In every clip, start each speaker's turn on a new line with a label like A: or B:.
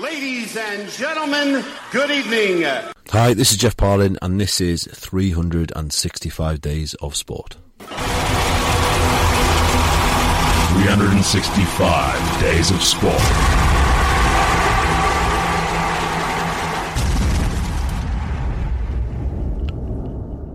A: Ladies and gentlemen, good evening.
B: Hi, this is Jeff Parlin, and this is 365 Days of Sport.
C: 365 days of sport.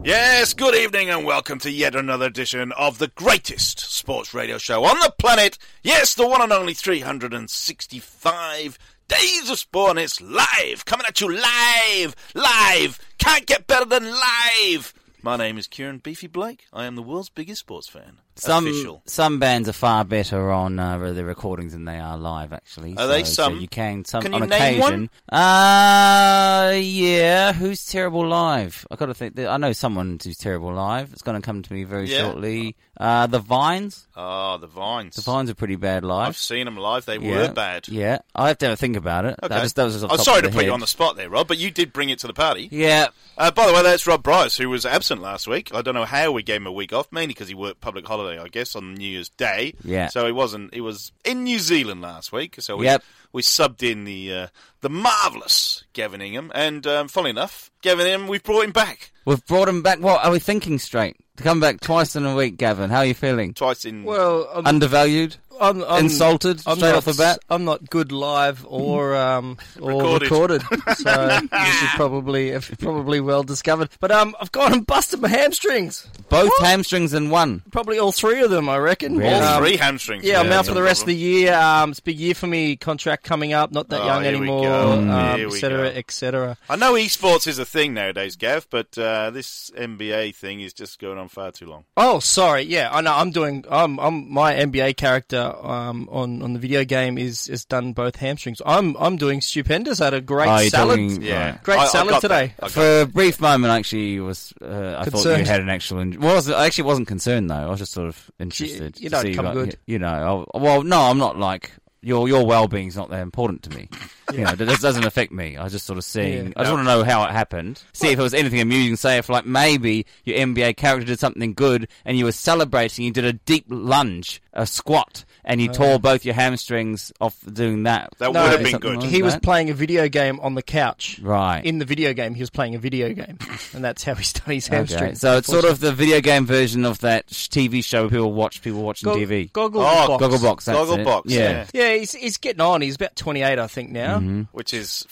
D: Yes, good evening and welcome to yet another edition of the greatest sports radio show on the planet. Yes, the one and only 365 days of sport and it's live, coming at you live, live. Can't get better than live. My name is Kieran Beefy Blake. I am the world's biggest sports fan.
E: Some
D: Official.
E: some bands are far better on uh, the recordings than they are live. Actually,
D: Are they?
E: So- so
D: Some?
E: you can some
D: Can you
E: on
D: name
E: occasion. Uh yeah. Who's terrible live? I got to think. I know someone who's terrible live. It's going to come to me very
D: Yeah.
E: shortly. Uh, the Vines.
D: Ah, the Vines.
E: The Vines are pretty bad
D: I've
E: live.
D: seen them live. They
E: yeah.
D: were bad.
E: Yeah, I have to have a think about it. That
D: Okay.
E: was, that was just off
D: I'm
E: top
D: sorry
E: of
D: to
E: the
D: put you
E: head.
D: on the spot there, Rob, but you did bring it to the party.
E: Yeah,
D: Uh, by the way, that's Rob Bryce, who was absent last week. I don't know how we gave him a week off, mainly because he worked public holiday, I guess, on New Year's Day.
E: Yeah.
D: So he wasn't. He was in New Zealand last week. So we
E: Yep.
D: we subbed in the uh, the marvelous Gavin Ingham, and um, funnily enough, Gavin Ingham, we've brought him back
E: we've brought him back. What are we thinking straight? To come back twice in a week, Gavin. How are you feeling?
D: twice in.
F: Well,
D: Um,
F: I'm,
E: Undervalued.
F: I'm, I'm-
E: Uh, Insulted
F: I'm
E: straight
F: not,
E: off the bat?
F: I'm not good live or um or
D: Recorded.
F: recorded, so this is probably if- probably well discovered. But um, I've gone and busted my hamstrings.
E: Both hamstrings in one.
F: Probably all three of them, I reckon.
E: Really?
D: all
F: Um,
D: three hamstrings.
F: Yeah, I'm out
D: that's
F: for
D: a
F: the rest of the
D: problem.
F: year. Um, it's a big year for me. Contract coming up, not that
D: Oh,
F: young
D: here we
F: anymore,
D: go.
F: um,
D: Here
F: et
D: we
F: cetera,
D: go.
F: et cetera.
D: I know esports is a thing nowadays, Gav, but uh, this NBA thing is just going on far too long.
F: Oh, sorry. Yeah, I know. I'm doing. I'm. I'm. My NBA character um, on on the video game is is done both hamstrings. I'm. I'm doing stupendous. I had a great
E: Are you
F: salad.
E: talking-
D: Yeah,
E: right.
F: Great
D: I- I
F: salad
D: got
F: today.
D: that. I got
E: For a brief moment, actually, was uh, I thought you
F: Concerned.
E: had an actual. In- well, I, was, I actually wasn't concerned though. I was just sort of interested.
F: You- you
E: to
F: don't
E: see
F: come
E: what-
F: good.
E: You know. I, well, no, I'm not like your your well being's not that important to me. You know, this doesn't affect me. I was just sort of seeing.
F: Yeah.
E: I just want to know how it happened. See if it was anything amusing. Say if like maybe your NBA character did something good and you were celebrating. You did a deep lunge, a squat, and
F: Oh,
E: you tore both your hamstrings off doing that.
D: That
F: No,
D: would have
F: it's
D: been
E: something
D: good.
E: like-
F: He was
E: that?
F: playing a video game on the couch.
E: Right.
F: In the video game, he was playing a video game, and that's how he's done his hamstring.
E: Okay, so it's sort of the video game version of that sh- TV show people watch, people watching
F: Go-
E: TV.
F: Goggle
D: Oh,
F: box.
E: Gogglebox, that's
D: Gogglebox,
E: it.
D: yeah.
F: Yeah, he's he's getting on. He's about 28, I think
E: Mm-hmm.
F: now.
D: which is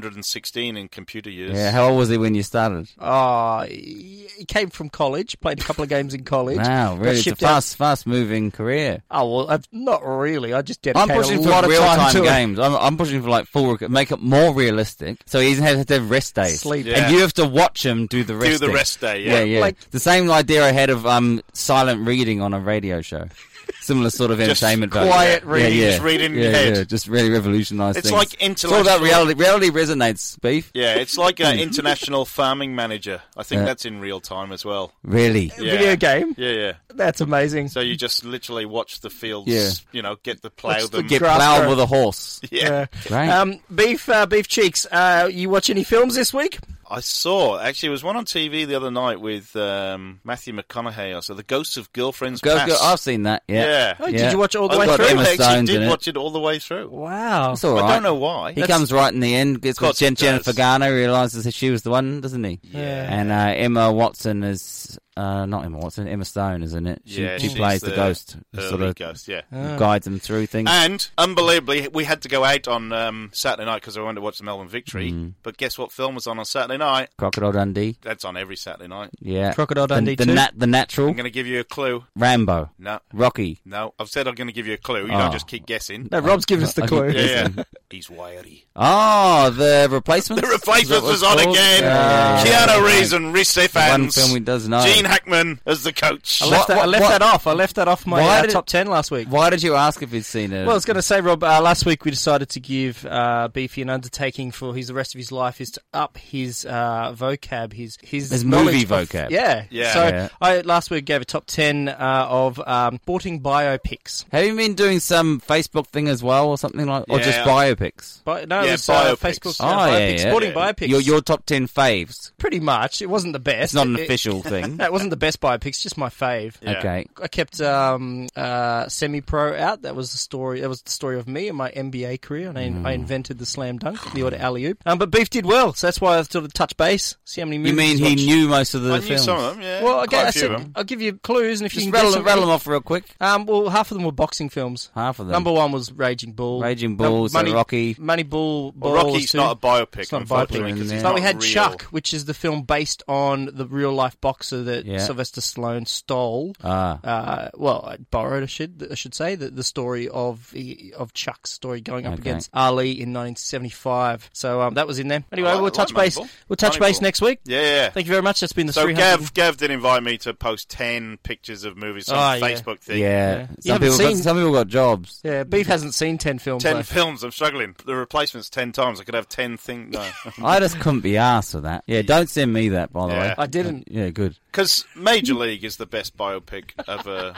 D: 416 in computer years.
E: Yeah, how old was he when you started?
F: Ah, he he came from college, played a couple of games in college.
E: Wow,
F: got
E: really, it's a
F: shipped out-
E: fast, fast-moving career.
F: Oh well, I've, not really. I just
E: I'm
F: dedicated
E: pushing
F: a
E: for
F: lot of time
E: real-time
F: to it.
E: games. I'm, I'm pushing for like full, rec- make it more realistic, so he doesn't have to have rest days.
F: Sleep.
D: Yeah.
E: and you have to watch him do the rest.
D: the
E: day.
D: rest day, yeah.
E: yeah, yeah.
F: Like-
E: the same idea I had of um silent reading on a radio show. Similar sort of
D: Just
E: entertainment
D: quiet
E: value. Yeah,
D: reading,
E: yeah.
D: just reading in
E: yeah,
D: your head.
E: Yeah, just really revolutionised.
D: It's
E: things.
D: like
E: it's all about
D: intellectual-
E: reality. Reality resonates, beef.
D: Yeah, it's like
E: Hmm.
D: an international farming manager. I think that's in real time as well.
E: Really.
D: Yeah.
F: Video game.
D: Yeah, yeah.
F: That's amazing.
D: So you just literally watch the fields,
E: Yeah.
D: you know, get the plow
F: Watch the
D: them.
E: Get
F: Grass
E: ploughed
F: grow.
E: with a horse.
D: yeah.
E: Right.
F: Um, beef, uh, beef cheeks. Uh, you watch any films this week?
D: I saw, actually, there was one on TV the other night with um, Matthew McConaughey. I saw The Ghosts of Girlfriends
E: Go,
D: Past.
E: go, I've seen that. Yeah.
F: Oh,
E: Yeah.
F: Did you watch all the
D: I
F: way
D: got-
F: through?
E: Emma
D: I actually
E: Stone's in
D: did
E: it.
D: watch it all the way through.
F: Wow.
E: It's all right.
D: I don't know why.
E: He comes right in the end. It's got
D: course he
E: Jen- Jennifer
D: does.
E: Garner realizes that she was the one, doesn't he?
F: Yeah.
E: And uh, Emma Watson is uh, not Emma Watson. Emma Stone is in it. She,
D: yeah,
E: she
D: she's
E: plays the, ghost,
D: early
E: sort of
D: ghost, yeah.
F: Ah.
E: guides him through things.
D: And unbelievably, we had to go out on um, Saturday night because I wanted to watch the Melbourne Victory.
E: Hmm.
D: But guess what film was on on Saturday night?
E: Crocodile Dundee.
D: That's on every Saturday night.
E: Yeah.
F: Crocodile Dundee
E: The, the,
F: too?
E: nat- the Natural.
D: I'm going to give you a clue.
E: Rambo.
D: No,
E: Rocky.
D: no. I've said I'm going to give you a clue. You
E: Oh.
D: don't just keep guessing.
F: No, Rob's
E: Uh,
F: giving us the clue.
E: Okay.
D: Yeah, yeah. He's wiry.
E: Oh, the replacement.
D: The replacement was on again. Keanu Reeves and Rhys
E: One
D: Ifans.
E: film he does know.
D: Gene Hackman as the coach.
F: I
E: What-
F: left, that,
E: what-
F: I left
E: what-
F: that off. I left that off my
E: Why
F: uh,
E: did it-
F: top 10 last week.
E: Why did you ask if he'd seen it?
F: Well, I was going to say, Rob, uh, last week we decided to give uh, Beefy an undertaking for his the rest of his life is to up his uh, vocab, his his,
E: His
F: knowledge
E: movie
F: of-
E: vocab.
F: yeah.
D: Yeah.
F: So
E: Yeah.
F: I last week gave a top 10 uh, of um, sporting biopics.
E: Have you been doing some Facebook thing as well, or something like, or
D: Yeah,
E: just
D: I-
E: biopics.
F: But no,
D: Yeah,
F: it was uh,
D: biopics.
F: Facebook's
E: Oh,
F: uh,
E: yeah,
F: biopics,
E: yeah.
F: sporting biopics.
E: Your your top ten faves.
F: pretty much. It wasn't the best.
E: It's not an
F: It- it-
E: official thing.
F: No, it wasn't the best biopics. Just my fave.
D: Yeah.
E: Okay.
F: I kept um, uh, semi-pro out. That was the story. That was the story of me and my MBA career, and I, I
E: Mm.
F: invented the slam dunk, the odd alley oop. Um, but Beef did well, so that's why I sort of touch base. See how many movies.
E: You mean
F: he's
E: he
F: watched.
E: knew most of the
D: I knew
E: films?
D: some of them, yeah.
F: Well, okay,
D: quite a
F: I
D: few
F: said,
D: of them.
F: I'll give you clues, and if
E: Just
F: you can
E: rattle,
F: guess
E: rattle them off real quick.
F: Um, well, half of them were boxing films.
E: Half of them.
F: Number one was Raging Bull.
E: Raging Bull,
F: Num-
E: so Rocky.
F: Money Bull. Ball
D: Well,
F: was
D: Rocky's
F: two.
D: not a biopic,
F: It's not a
D: unfortunately,
E: biopic.
D: because
E: Yeah.
D: it's
E: But
F: But
D: not
F: we had
D: real.
F: Chuck, which is the film based on the real life boxer that
E: Yeah.
F: Sylvester Stallone stole.
E: Ah.
F: Uh, well, I borrowed, I should, I should say, the, the story of of Chuck's story going up
E: Okay.
F: against Ali in 1975. So um, that was in there. Anyway,
D: I like- I
F: we'll
D: like
F: touch base.
D: Moneyball.
F: We'll touch base
D: Moneyball.
F: next week.
D: Yeah, yeah.
F: Thank you very much. That's been the
D: So
F: 300.
D: Gav, Gav did invite me to post ten pictures of movies on
F: Oh, yeah.
D: Facebook
E: Yeah.
D: thing.
E: Some
F: You haven't
E: people got,
F: seen-
E: some people got jobs.
F: Yeah, Beef hasn't seen 10 films.
D: Ten
F: though.
D: films. I'm struggling. The replacements ten times. I could have ten things. No,
E: I just couldn't be asked for that. Yeah, don't send me that, by the
D: Yeah.
E: way.
F: I didn't.
E: Yeah, good.
D: because Major League is the best biopic of a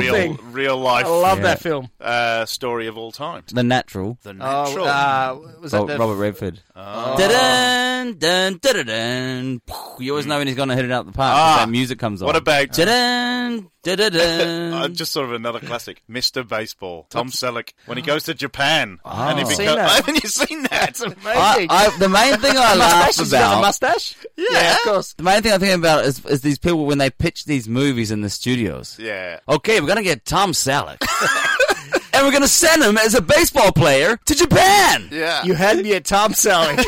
D: real
F: thing.
D: real life
F: I love
E: Yeah.
F: that film.
D: uh, story of all time.
E: The Natural.
D: The Natural.
F: Oh, uh, was that
E: Ro-
F: the- Oh.
E: Robert Redford. Dun, dun, dun, dun. You always know when he's going to hit it out the park.
D: Ah.
E: 'cause that music comes on.
D: what about?
E: Dun, dun, dun, dun.
D: Uh, just sort of another classic, Mr. Baseball, Tom Selleck, when he goes to Japan. and he
E: I've
D: becomes,
F: Oh. seen that.
D: Haven't you seen that?
E: I,
F: Amazing.
E: I, the main thing I laugh
F: mustache. He's got a
E: about
F: mustache. Yeah, of course.
E: The main thing I think about is, is these people when they pitch these movies in the studios.
D: Yeah.
E: Okay, we're gonna get Tom Selleck, and we're gonna send him as a baseball player to Japan.
D: Yeah.
F: You had me at Tom Selleck.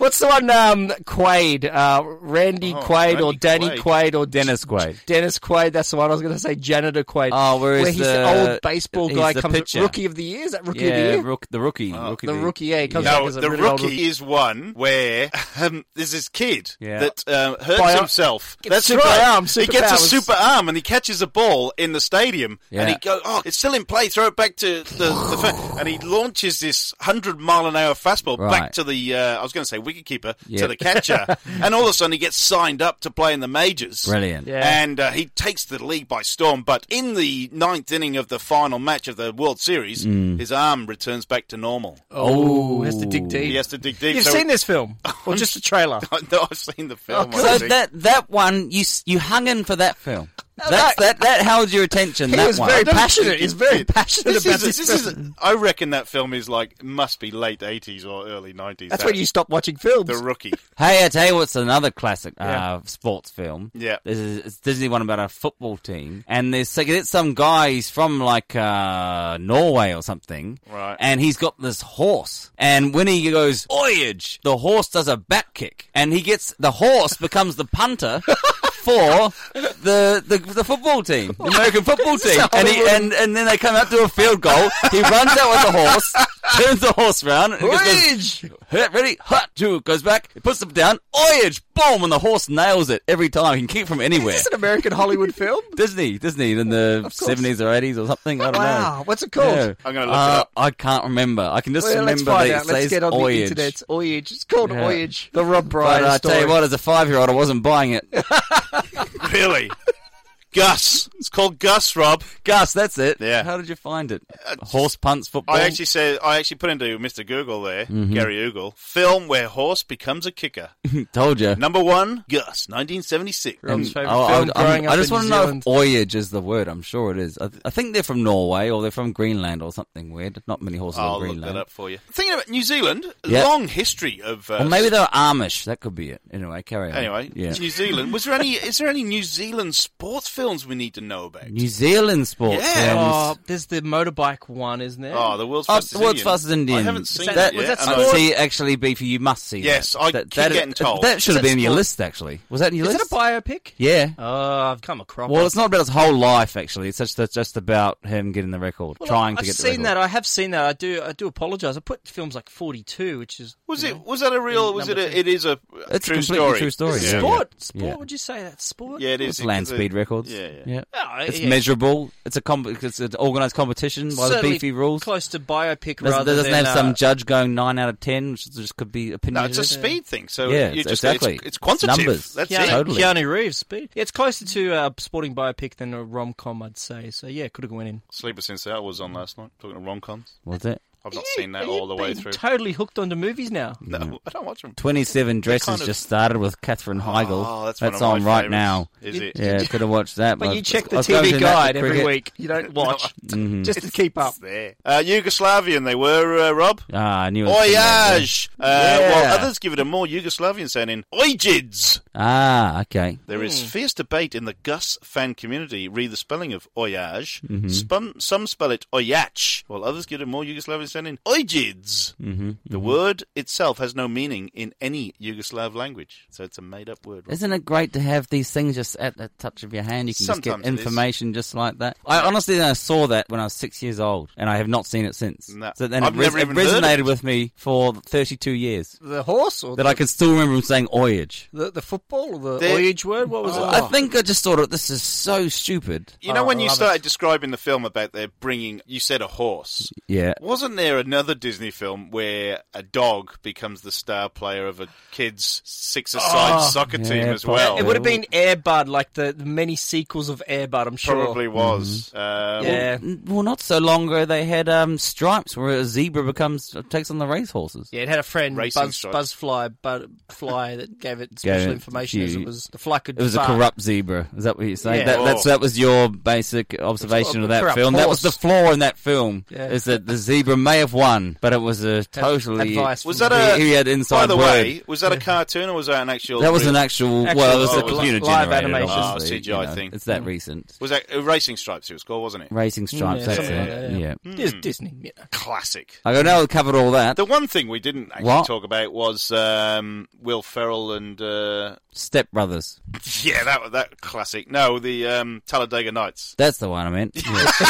F: What's the one? Um, Quaid, uh, Randy
D: Oh,
F: Quaid, or
D: Randy
F: Danny
D: Quaid.
F: Quaid. or
E: Dennis Quaid.
F: Dennis Quaid. That's the one I was going to say. Janitor Quaid.
E: Oh, where is
F: where he's
E: the-
F: old baseball
E: he's
F: guy
E: the
F: comes
E: pitcher.
F: rookie of the year. Is that rookie of the
E: Yeah,
F: year?
E: rook, the rookie, rookie
F: the
E: league.
F: rookie, yeah, he comes
E: yeah.
F: out-
D: No,
F: is a
D: the
F: really old
D: rookie is one where um, there's this kid
E: Yeah.
D: that um, hurts
F: By-
D: himself.
F: Gets
D: That's
F: super
D: right.
F: arm,
D: he gets a
F: superpowers.
D: super arm and he catches a ball in the stadium and
E: Yeah.
D: he goes, "Oh, it's still in play. Throw it back to the." the fa-" and he launches this hundred mile an hour fastball back
E: Right.
D: to the. Uh, I was going to say wicketkeeper
E: Yeah.
D: to the catcher, and all of a sudden he gets signed up to play in the majors.
E: Brilliant.
F: Yeah.
D: And uh, he takes the league by storm. But in the ninth inning of the final match of the World Series,
F: Mm.
D: his arm returns back to normal.
F: Oh, has to dig deep.
D: He has to dig deep.
F: You've
D: so-
F: seen Oh, this film, or just a trailer?
D: no, I've seen the film.
E: So
D: obviously.
E: that that one you s- you hung in for that film. That's, that that held your attention.
F: He
E: that
F: was
E: one.
F: very
D: don't
F: passionate.
D: think
F: He's
D: it
F: very
D: did.
F: passionate
D: this
F: about
D: is,
F: this.
D: this
F: film.
D: is, I reckon that film is like must be late eighties or early nineties.
F: That's when you stop watching films.
D: the rookie.
E: Hey, I tell you what's another classic
F: Yeah.
E: uh, sports film.
D: Yeah.
E: This is it's a Disney one about a football team. And there's like, it's some guy, he's from like uh, Norway or something.
D: Right.
E: And he's got this horse. And when he goes, Oyage, the horse does a back kick. And he gets, the horse becomes the punter. For the, the the football team, the American football team, and he and, and then they come up to a field goal. He runs out with the horse, turns the horse around, and just goes,
F: Rage!
E: Hit, ready, hut, two, goes back, puts them down, oyage, boom, and the horse nails it every time. He can kick from anywhere.
F: Is this an American Hollywood film?
E: Disney, Disney in the
F: course.
E: seventies or eighties or something. I don't
F: Wow,
E: know.
F: what's it called?
E: Yeah.
D: I'm gonna look it
E: Uh,
D: up.
E: I can't remember. I can just
F: Well, let's
E: remember
F: find
E: that
F: out.
E: it
F: Let's
E: says
F: get on the
E: oyage.
F: internet. It's Oyage. It's called
E: Yeah.
F: Oyage. The Rob
E: But
F: Bryan
E: I
F: story.
E: tell you what, as a five-year-old, I wasn't buying it.
D: really, Gus. It's called Gus. Rob.
E: Gus, that's it.
D: Yeah. Uh,
E: How did you find it? Horse punts football.
D: I actually said I actually put into Mr. Google there,
E: Mm-hmm.
D: Gary Oogle, film where horse becomes a kicker.
E: told you.
D: Number one, Gus, 1976.
F: Rob's favourite
E: Oh,
F: film
E: I,
F: growing
E: I'm-
F: up
E: I just
F: in
E: want
F: New
E: to know
F: Zealand.
E: if oyage is the word. I'm sure it is. I, I think they're from Norway or they're from Greenland or something weird. Not many horses
D: I'll
E: in
D: look
E: Greenland.
D: that up for you. Thinking about New Zealand,
E: Yeah.
D: long history of. Uh,
E: Or maybe they were Amish. That could be it. Anyway, carry on.
D: Anyway,
E: yeah.
D: New Zealand. Was there any? Is there any New Zealand sports films we need to know about?
E: New Zealand sports
D: Yeah.
E: films.
F: Oh, there's the motorbike one, isn't there?
D: Oh, the world's
E: Oh,
D: fastest
E: the world's
D: Indian.
E: fastest Indian.
D: I haven't seen
F: that-
D: that.
F: was
D: yet,
F: that
D: and I-
F: sport?
E: See, actually, Beefy, you must see.
D: Yes,
E: that.
D: I
E: that,
D: keep
E: that,
D: getting told.
E: That should have
F: that
E: been in your
F: sport?
E: list. Actually, was that in your
F: Is it
E: list?
F: a biopic?
E: yeah.
F: Oh, I've come across.
E: well, it's not about his whole life. Actually, it's just that's just about him getting the record, trying to
F: I've
E: get the
F: seen
E: record.
F: that. I have seen that. I do. I do apologize. I put films like 42, which is
D: Was
F: you
D: it?
F: know,
D: Was that a real? Was it?
F: Number
D: A,
F: two.
D: it is a
E: It's a
D: true
E: completely
D: story.
E: true story.
D: It's-
E: Oh, Yeah.
F: sport? Sport?
E: Yeah.
F: Would you say that's sport?
D: Yeah, it is.
E: It's land
D: It's a-
E: speed records.
D: Yeah, Uh, yeah.
F: Oh,
E: It's
F: yeah.
E: measurable. It's a com- it's an organized competition by the
F: Certainly
E: Beefy rules.
F: Close to biopic
E: Doesn't,
F: rather
E: doesn't
F: than
E: have some
F: uh,
E: judge going nine out of ten, which just could be
D: No,
E: opinionated.
D: it's a speed thing. So
E: Yeah,
D: you
E: it's-
D: just
E: exactly.
D: It's, it's quantitative.
E: Numbers.
D: That's
E: Yeah.
D: it.
F: Keanu,
E: Totally.
F: Keanu Reeves speed. Yeah, it's closer to a sporting biopic than a rom com, I'd say. So yeah, could have gone in.
D: Sleeper Since Out was on last night. Talking to rom coms.
E: Was it?
D: I've not seen that all the way through.
F: Totally hooked onto movies now.
D: no, I don't watch them.
E: 27 Dresses
D: kind of-
E: just started with Katherine Heigl.
D: Oh, that's, one of my
E: on right
D: favourites.
E: now.
D: Is it?
E: Yeah, could have watched that.
F: But
E: I-
F: you check the
E: I was going
F: TV
E: to that
F: guide
E: for
F: every
E: cricket.
F: week. You don't watch just to keep up.
D: It's there. Uh, Yugoslavian, they were, uh, Rob.
E: Ah, I knew it. was something like that.
D: Oyaj! Uh,
E: Yeah.
D: While others give it a more Yugoslavian sounding, Ojids!
E: Ah, okay.
D: There is fierce debate in the Gus fan community re the spelling of Oyaj. Spum, some spell it Oyach, while others give it a more Yugoslavian sounding, Ojids! Mm-hmm. The word itself has no meaning in any Yugoslav language, so it's a made up word. Rob.
E: Isn't it great to have these things just at the touch of your hand? You can just
D: Sometimes
E: get
D: it is.
E: information just like that. I honestly I saw that when I was six years old, and I have not seen it since.
D: No.
E: So then it,
D: I've
E: res-
D: never
E: it
D: even heard
E: resonated
D: of it.
E: with me for 32 years.
F: The horse or
E: That I could still remember him saying Oyage.
F: the, the football or the,
D: The-
F: Oyage word? What was
D: Oh.
F: it?
E: I think I just thought, "Oh, this is so stupid.
D: You know,
F: Oh,
D: when
F: I
D: you
F: love
D: started describing the film about their bringing, you said a horse.
E: Yeah.
D: Wasn't there another Disney film where a dog becomes the star player of a kid's six-a-side soccer
E: Yeah,
D: team as
E: probably.
D: well?
F: Ah, It would have been Air Bud, like the, the many sequels of Air Bud, I'm sure. Mm-hmm.
D: probably was. Um,
F: Yeah.
E: Well, not so long ago they had um, stripes where a zebra becomes takes on the racehorses.
F: Yeah, it had a friend,
D: Racing
F: Buzz,
D: stripes.
F: Buzzfly, Bud, Fly, that gave it special
E: it
F: information as
E: few-
F: it was the fly could
E: It was a
F: fart.
E: corrupt zebra. Is that what you're saying?
F: Yeah.
E: That, that's,
D: Oh.
E: that was your basic observation
F: a
E: of that
F: corrupt
E: film. That was the
F: horse.
E: flaw in that film
F: Yeah.
E: is that the zebra may have won, but it was a totally
F: advice
D: Was
F: from
D: that
E: he-
D: a?
E: he had inside
D: by the
E: word.
D: way, was that a cartoon or was that an actual?
E: that was
D: real-
E: an actual,
F: Actual-
E: well, it was
D: oh,
E: a computer
F: li- live
E: generated,
F: animation.
D: Ah,
E: obviously,
D: CGI
E: you know,
D: thing.
E: It's that recent.
D: Was that uh, Racing Stripes? It was called, wasn't it?
E: Racing stripes.
F: Mm, Yeah,
E: that's
F: something like
E: it.
F: that,
E: yeah.
F: yeah. Dis-
D: Hmm.
F: Disney. You know.
D: Classic.
E: I go now. We've covered all that.
D: The one thing we didn't actually
E: What?
D: talk about was um, Will Ferrell and uh,
E: Step Brothers.
D: yeah, that that classic. No, the um, Talladega Nights.
E: That's the one I meant. Yeah.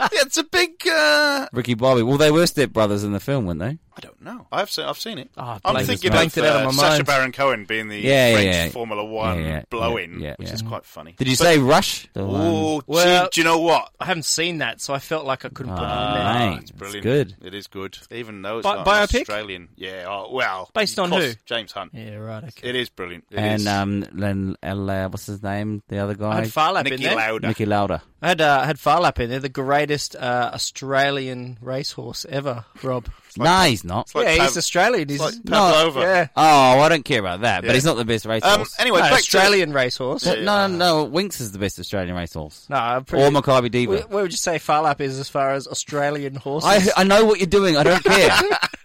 D: Yeah, it's a big. Uh,
E: Ricky Bobby. Well, they were step brothers in the film, weren't they?
D: I don't know. I've seen. I've seen it.
F: Ah,
D: I'm
F: blanked-
D: thinking
F: blanked
D: of,
F: it out of
D: uh,
F: my
D: Sacha
F: mind.
D: Baron Cohen being the
E: Yeah, yeah,
D: French
E: yeah.
D: Formula One
E: Yeah, yeah,
D: blow-in,
E: yeah, yeah,
D: which
E: yeah.
D: is quite funny.
E: Did you say Rush? The one-
D: Oh,
F: Well-
D: gee, do you know what?
F: I haven't seen that, so I felt like I couldn't put it in there.
E: Ah,
D: it's
E: it's
D: brilliant.
E: good.
D: It is good, even though it's
F: Bi-
D: not
F: biopic?
D: An Australian. Yeah. Oh, well,
F: Based
D: of
F: on
D: course,
F: who?
D: James Hunt.
F: Yeah, right. Okay.
D: It is brilliant. It
E: and
D: is.
E: um, then uh, what's his name? The other
F: I
E: guy,
F: had Farlap in
D: Nicky
F: there.
D: Lauda.
E: Nicky Lauda.
F: I had, uh, I had Farlap in there, the greatest uh, Australian racehorse ever, Rob.
E: no, he's not.
D: like
F: yeah,
D: Pav-
F: he's Australian. He's
D: It's like
E: No,
D: Pavlova.
F: yeah.
E: Oh, I don't care about that. But
D: Yeah.
E: he's not the best racehorse.
D: Um, anyway,
F: No,
D: back to-
F: Australian racehorse.
E: But no, no, Winks is the best Australian racehorse.
F: No, I'm pretty,
E: or Maccabi Diva.
F: Where, where would you say Farlap is as far as Australian horses?
E: I I know what you're doing. I don't care.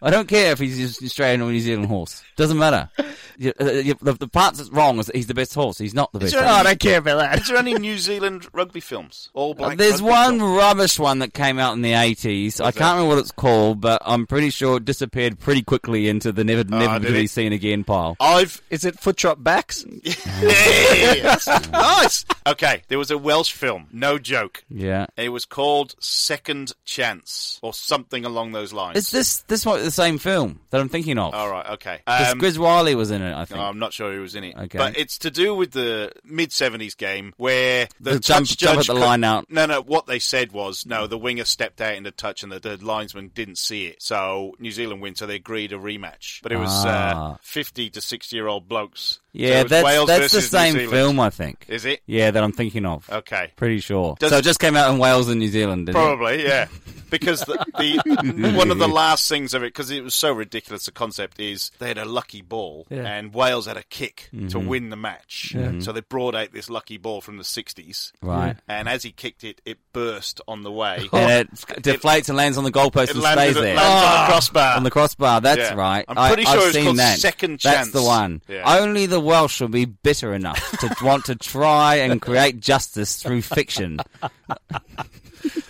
E: I don't care if he's an Australian or New Zealand horse. Doesn't matter. You- uh, you- The, the part that's wrong is that he's the best horse. He's not the best.
D: there
E: horse.
D: any-
F: don't care about
D: Is there any New Zealand rugby films? All black.
E: Uh, There's
D: rugby
E: one
D: films.
E: rubbish one that came out in the 80s. I can't remember what it's called, but I'm pretty sure it disappeared pretty quickly into the never, never
D: Ah, did
E: to be
D: it?
E: seen again pile.
D: I've
F: Is it foot drop backs?
D: Yes. nice. Okay, there was a Welsh film. No joke.
E: Yeah.
D: It was called Second Chance or something along those lines.
E: Is this this one the same film that I'm thinking of?
D: All right. Okay.
E: 'Cause
D: Um,
E: Grizz Wiley was in it, I think.
D: I'm not sure who was in it,
E: Okay.
D: but it's to do with the mid '70s game where the,
E: The jump-
D: touch
E: jump
D: judge
E: at the
D: cou-
E: line out.
D: No, no. What they said was no. The winger stepped out in the touch, and the, the linesman didn't see it. So New Zealand win. So they agreed a rematch, but it was uh,
E: Ah.
D: 50 to 60 year old blokes. So
E: yeah,
D: it was
E: that's,
D: Wales
E: that's the
D: versus New
E: same
D: Zealand.
E: film, I think.
D: Is it?
E: Yeah, that I'm thinking of.
D: Okay.
E: Pretty sure.
D: Does-
E: so it just came out in Wales and New Zealand, didn't it?
D: Probably, yeah. Because the, the one of the last things of it, because it was so ridiculous, the concept is they had a lucky ball, and Wales had a kick to
E: Mm-hmm.
D: win the match. So they brought out this lucky ball from the 60s.
E: Right.
D: And as he kicked it, it burst on the way.
E: And it deflates and lands on the goalpost
D: It
E: and
D: landed,
E: stays
D: it
E: there. Ah.
D: landed on the crossbar.
E: on the crossbar. That's
D: Ah. Yeah.
E: right.
D: I'm
E: I-
D: pretty
E: I've
D: sure it's
E: seen
D: called
E: that.
D: Second Chance.
E: That's the one.
D: Yeah.
E: Only the Welsh will be bitter enough to want to try and create justice through fiction.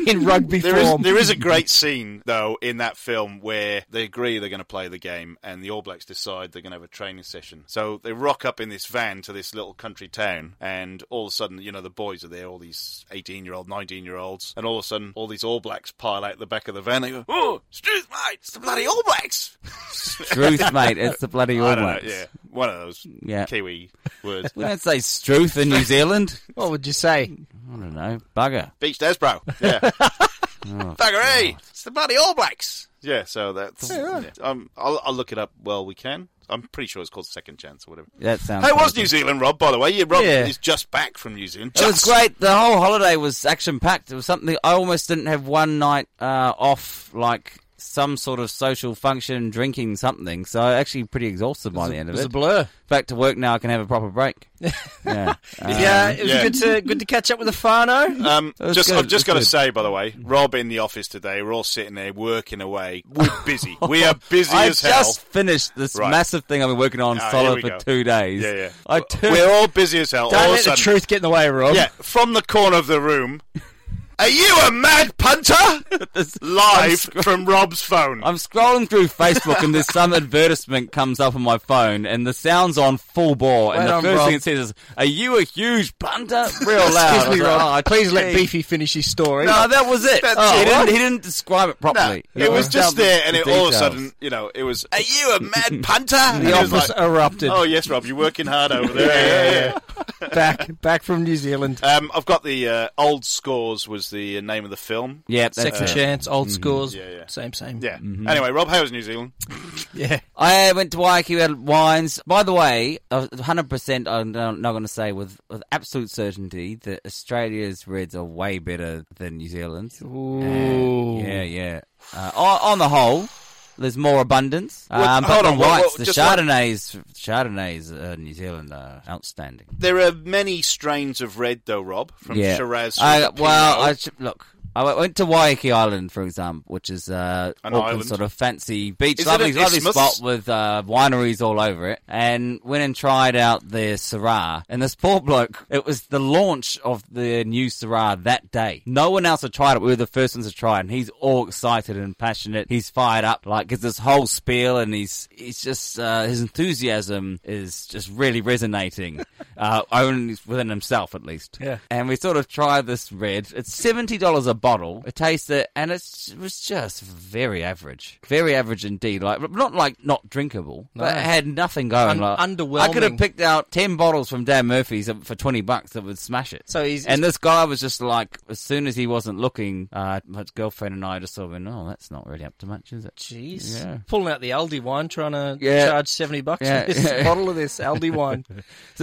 F: In rugby
D: There is,
F: form.
D: there is a great scene, though, in that film where they agree they're going to play the game and the All Blacks decide they're going to have a training session. So they rock up in this van to this little country town, and all of a sudden, you know, the boys are there, all these 18 year old, 19 year olds, and all of a sudden, all these All Blacks pile out the back of the van. They go, Oh, Struth, mate, it's the bloody All Blacks!
E: Struth, mate, it's the
D: I
E: bloody All
D: don't know,
E: Blacks.
D: yeah, one of those
E: Yeah.
D: Kiwi words.
E: We don't say Struth in New Zealand.
F: What would you say?
E: I don't know. Bugger.
D: Beach Desbro. Yeah. Thuggery. It's the bloody All Blacks. Yeah, so that's. yeah. Um, I'll, I'll look it up while we can. I'm pretty sure it's called Second Chance or whatever.
E: That sounds.
D: How was
E: terrible.
D: New Zealand, Rob, by the way? Yeah, Rob
F: Yeah.
D: is just back from New Zealand.
E: It was
D: Just-
E: great. The whole holiday was action packed. It was something I almost didn't have one night uh, off, like some sort of social function, drinking something. So I'm actually pretty exhausted by the end of
F: It was a
E: it.
F: blur.
E: Back to work now. I can have a proper break. yeah. Uh,
F: yeah, it was
D: yeah.
F: good to good to catch up with the Fano.
D: Um,
E: That was
D: just,
E: good,
D: I've just
E: that
D: got to
E: was
D: say, by the way, Rob in the office today. We're all sitting there working away. We're busy. we are busy
E: I
D: as hell.
E: just finished this
D: Right.
E: massive thing I've been working on
D: Ah, here
E: solid
D: we
E: for
D: go.
E: two days.
D: Yeah, yeah.
E: I turned-
D: We're all busy as hell.
F: Don't
D: all of a
F: let the
D: sudden-
F: truth get in the way, Rob.
D: Yeah, from the corner of the room. Are you a mad punter? Live from Rob's phone.
E: I'm scrolling through Facebook and there's some advertisement comes up on my phone and the sound's on full bore and
F: Right
E: the
F: on,
E: first
F: Rob.
E: thing it says is, "Are you a huge punter?" Real loud. I
F: Excuse
E: was
F: me,
E: like,
F: Rob.
E: "Oh, I
F: Please let
E: can't."
F: Beefy finish his story.
E: No, that was it.
D: That's it.
E: Oh, he, didn't, he didn't describe it properly.
D: it was just there, and
E: The
D: it all of a
E: details.
D: sudden, you know, it was. Are you a mad punter? And
F: the
D: it was
F: office
D: like,
F: erupted.
D: oh yes, Rob, you're working hard over there. Yeah, yeah, yeah.
F: back back from New Zealand.
D: Um, I've got the uh, old scores was the uh, name of the film.
E: Yeah, Mm-hmm. that's
F: Second
E: it.
F: chance, old scores,
D: Yeah, yeah.
F: same, same.
D: Yeah. Anyway, Rob, how was New Zealand?
F: yeah.
E: I went to Waikiki, we had wines. By the way, I was 100% I'm not going to say with, with absolute certainty that Australia's reds are way better than New Zealand's.
F: Ooh.
E: Yeah, yeah. Uh, on, on the whole, there's more abundance. Um, but
D: hold
E: the
D: on, what-
E: whites,
D: what-
E: the
D: just one-
E: Chardonnays, Chardonnays uh, New Zealand are outstanding.
D: There are many strains of red, though, Rob, from
E: yeah.
D: Shiraz. through
E: I,
D: to
E: well,
D: Pinot.
E: I sh- look. I w- went to Waikiki Island, for example, which is uh,
D: An
E: Auckland's
D: island.
E: sort of fancy beach,
D: Is it
E: lovely,
D: an
E: lovely
D: isthmus?
E: spot with uh, wineries all over it. And went and tried out their Syrah. And this poor bloke, it was the launch of the new Syrah that day. No one else had tried it. We were the first ones to try, it. and he's all excited and passionate. He's fired up, like gives this whole spiel, and he's he's just uh, his enthusiasm is just really resonating, uh, only within himself at least.
F: Yeah.
E: And we sort of try this red. It's seventy dollars a bottle. I taste it, uh, and it's, it was just very average, very average indeed. Like not like not drinkable, but it had nothing going.
F: Un-
E: like, I could have
F: underwhelming.
E: picked out ten bottles from Dan Murphy's for twenty bucks that would smash it.
F: So he's-
E: and this guy was just like, as soon as he wasn't looking, uh, my girlfriend and I just sort of went, "Oh, that's not really up to much, is it?"
F: Jeez.
E: Yeah.
F: Pulling out the Aldi wine, trying to
E: Yeah.
F: charge 70 bucks
E: Yeah.
F: for this bottle of this Aldi wine.
E: So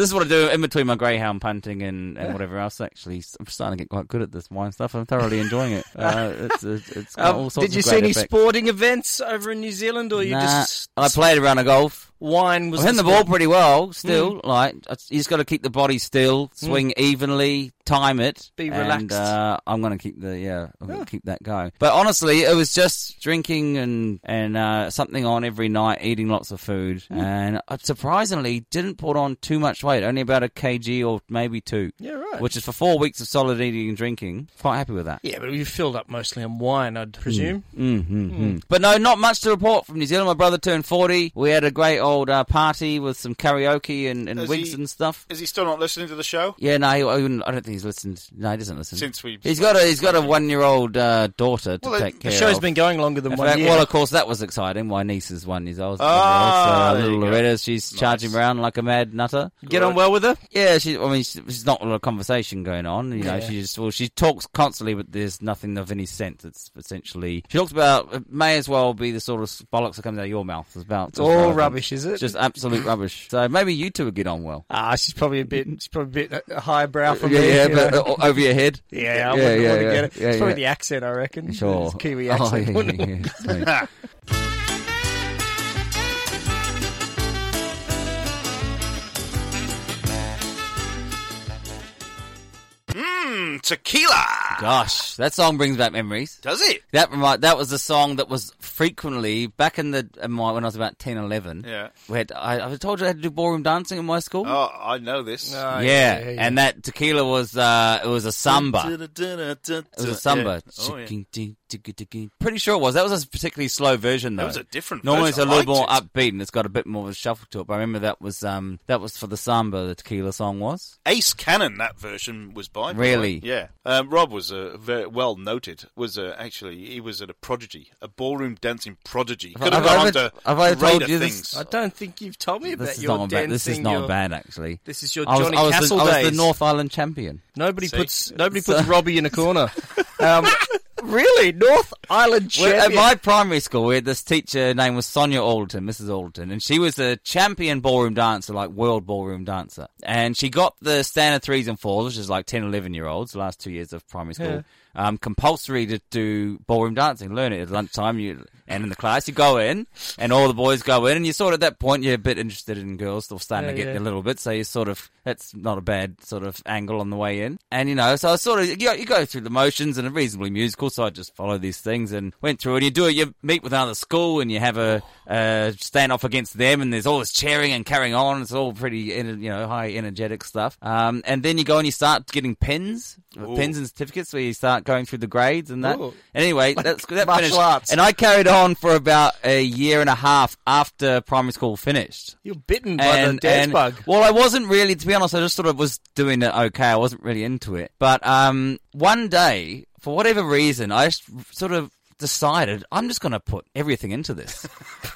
E: this is what I do in between my greyhound punting and, and whatever else. Actually, I'm starting to get quite good at this wine stuff. I'm thoroughly enjoying it. Uh, it's, it's, it's got all
F: Um,
E: sorts
F: did you
E: of
F: see
E: great
F: any
E: effects.
F: sporting events over in New Zealand, or you
E: Nah,
F: just.
E: I played a round of golf.
F: Wine was. Hmm.
E: I'm hitting the ball
F: sport-
E: pretty well still. Like it's- you just got to keep the body still, swing evenly, time it,
F: Hmm. Be
E: and,
F: relaxed.
E: uh, I'm going to keep the yeah, I'm going to keep that going. But honestly, it was just drinking and and uh, something on every night, eating lots of food,
F: Hmm.
E: and I surprisingly didn't put on too much weight, only about a kg or maybe two.
F: Yeah, right.
E: Which is for four weeks of solid eating and drinking. Quite happy with that.
F: Yeah, but you filled up mostly on wine, I'd presume.
E: Mm. But no, not much to report from New Zealand. My brother turned 40. We had a great old uh, party with some karaoke and, and
D: Has
E: wigs
D: he-
E: and stuff.
D: Is he still not listening to the show?
E: Yeah, no, he, I wouldn't- I don't think he's listened. No, he doesn't listen.
D: Since we-
E: he's got a he's got a one year old uh, daughter to
D: Well,
E: take
D: the
E: care
F: The show's
E: of.
F: been going longer than
E: In
F: one
E: fact,
F: year.
E: well, of course, that was exciting. My niece is one years old.
D: Ah,
E: so, uh,
D: there
E: little
D: you go.
E: Loretta, she's charging around like a mad nutter.
F: Get on well with her?
E: Yeah, she. I mean, she- she's not a lot of conversation going on. You know,
F: Yeah.
E: she just well, she talks constantly, but there's nothing of any sense. It's essentially she talks about it may as well be the sort of bollocks that comes out of your mouth. It's about
F: It's all rubbish, is it?
E: It's just absolute rubbish. So maybe you two would get on well.
F: Ah, she's probably a bit. She's probably a bit uh, highbrow for
E: yeah,
F: me.
E: yeah,
F: you
E: but
F: know.
E: uh, over your head.
F: yeah, I wouldn't want to get it. it's probably the accent, I reckon.
E: Sure.
F: It's Kiwi
E: Oh,
F: accent.
E: yeah,
F: wouldn't it?
E: yeah, yeah. Sorry.
D: Mm, tequila.
E: Oh, Gosh, that song brings back memories.
D: Does it?
E: That remind, that was a song that was frequently back in the in my, when I was about 10, 11.
D: Yeah.
E: we had, I, I told you I had to do ballroom dancing in my school.
D: Oh, I know this.
F: No,
E: yeah. and that tequila was uh, it was a samba. It was a samba.
D: Yeah. Oh, yeah.
E: Chicken, ding, digga, digga. Pretty sure it was. That was a particularly slow version though.
D: was a different
E: Normally
D: version.
E: it's a
D: I
E: little more
D: liked
E: upbeat and it's got a bit more of a shuffle to it. But I remember that was um that was for the samba the tequila song was.
D: Ace Cannon, that version was by. by the way.
E: Really?
D: Yeah. Um, Rob was a very well noted. Was uh actually he was a prodigy, a ballroom dancing prodigy. Could have
E: I've
D: gone on
E: ever-
D: to
E: I've ever told
D: greater
E: you this-
D: things.
F: I don't think you've told me about
E: This is
F: your
E: not
F: dancing.
E: bad. This is not
F: your-
E: bad actually.
F: This is your
E: I was,
F: Johnny
E: I was
F: Castle
E: the, I was
F: days.
E: the North Island champion.
F: Nobody
D: See?
F: puts nobody puts Robbie in a corner. Um, really, North Island
E: Well,
F: champion.
E: At my primary school, we had this teacher name was Sonia Alderton, Mrs. Alderton, and she was a champion ballroom dancer, like world ballroom dancer. And she got the standard threes and fours, which is like 10, 11 year olds, the last two years of primary school. um, compulsory to do ballroom dancing. Learn it at lunchtime. You and in the class you go in, and all the boys go in, and you sort of at that point you're a bit interested in girls, or starting
F: Yeah,
E: to get
F: yeah.
E: a little bit. So you sort of that's not a bad sort of angle on the way in, and you know, so I sort of you, go- you go through the motions and a reasonably musical. So I just follow these things and went through it. You do it. You meet with another school and you have a, a standoff against them, and there's all this cheering and carrying on. It's all pretty ener- you know high energetic stuff. Um, and then you go and you start getting pins, pins and certificates, where you start going through the grades and that.
F: Ooh.
E: Anyway, that's that
F: martial
E: finished.
F: arts.
E: And I carried on for about a year and a half after primary school finished.
F: You're bitten by the dance
E: and-
F: bug.
E: Well, I wasn't really, to be honest, I just sort of was doing it okay. I wasn't really into it. But um, one day, for whatever reason, I just sort of decided I'm just going to put everything into this.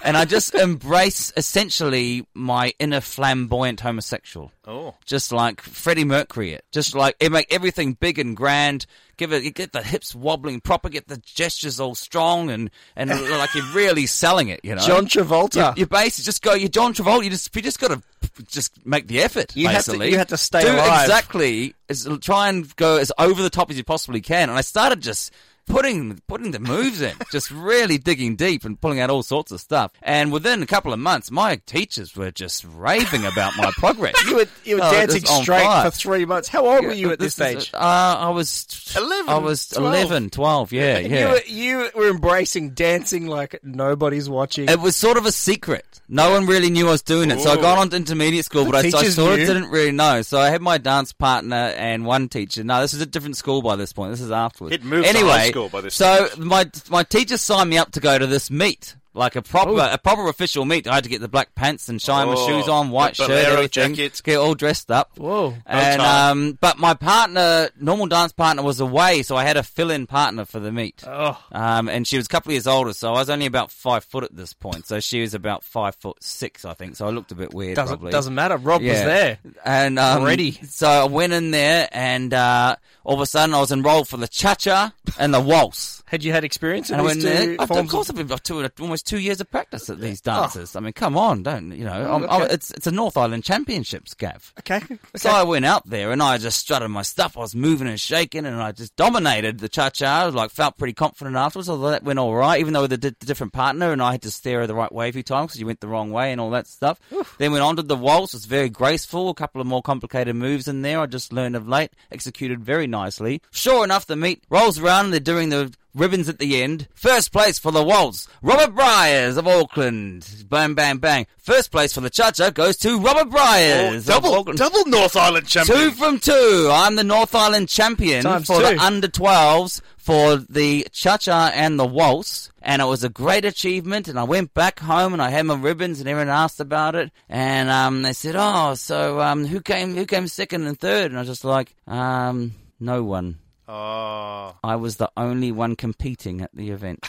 E: and I just embrace essentially my inner flamboyant homosexual.
D: Oh.
E: Just like Freddie Mercury it. Just like it make everything big and grand. Give it you get the hips wobbling proper, get the gestures all strong and and like you're really selling it, you know.
F: John Travolta.
E: You, you basically just go. You're John Travolta. You just you just got to just make the effort.
F: You have to-
E: basically.
F: you have to stay
E: Do
F: alive.
E: Exactly. Is try and go as over the top as you possibly can. And I started just putting putting the moves in, just really digging deep and pulling out all sorts of stuff. And within a couple of months, my teachers were just raving about my progress.
F: You were, you were
E: Oh, just
F: dancing
E: on
F: straight
E: fire.
F: for three months. How old were
E: Yeah,
F: you at this,
E: is-
F: stage?
E: uh, I was
F: 11,
E: I was
F: 12.
E: 11, 12, Yeah,
F: And
E: yeah.
F: You, were, you were embracing dancing like nobody's watching.
E: It was sort of a secret. No one really knew I was doing it. So I got on to intermediate school, but I, I
F: teachers
E: sort
F: knew.
E: of didn't really know. So I had my dance partner and one teacher. No, this is a different school by this point. This is afterwards.
D: He'd moved to
E: anyway,
D: high school by this
E: So my my teacher signed me up to go to this meet. Like a proper, a proper official meet. I had to get the black pants and shine my
D: Oh,
E: shoes on, white
D: the
E: shirt,
D: bolero
E: everything.
D: jacket.
E: Get all dressed up.
F: Whoa.
E: And
D: tie.
E: um, but my partner, normal dance partner, was away, so I had a fill-in partner for the meet.
F: Oh.
E: Um, and she was a couple of years older, so I was only about five foot at this point. So she was about five foot six, I think. So I looked a bit weird.
F: doesn't
E: probably.
F: doesn't matter. Rob was there.
E: and um,
F: Already.
E: So I went in there, and uh, all of a sudden I was enrolled for the cha cha and the waltz.
F: Had you had experience? in
E: And I
F: these
E: went
F: two
E: there. I've, of
F: forms Oh.
E: course, I've been I've two, almost two years of practice at these dances. I mean, come on, don't you know? I'm, I'm, it's it's a North Island Championships, Gav.
F: Okay. okay.
E: So I went out there and I just strutted my stuff. I was moving and shaking and I just dominated the cha cha. Like felt pretty confident afterwards. Although that went all right, even though with a di- different partner and I had to stare her the right way a few times because you went the wrong way and all that stuff. Then went on to the waltz. It was very graceful. A couple of more complicated moves in there. I just learned of late. Executed very nicely. Sure enough, the meet rolls around. and They're doing the ribbons at the end. First place for the waltz, Robert Bryars of Auckland. Bang, bang, bang. First place for the cha cha goes to Robert Bryars. of
D: Oh, double,
E: Auckland.
D: double North Island champion.
E: Two from two. I'm the North Island champion
F: Times
E: for
F: two.
E: the under 12s for the cha cha and the waltz. And it was a great achievement. And I went back home and I had my ribbons and everyone asked about it. And um, they said, "Oh, so um, who came? Who came second and third? And I was just like, um, "No one.
D: Oh.
E: I was the only one competing at the event."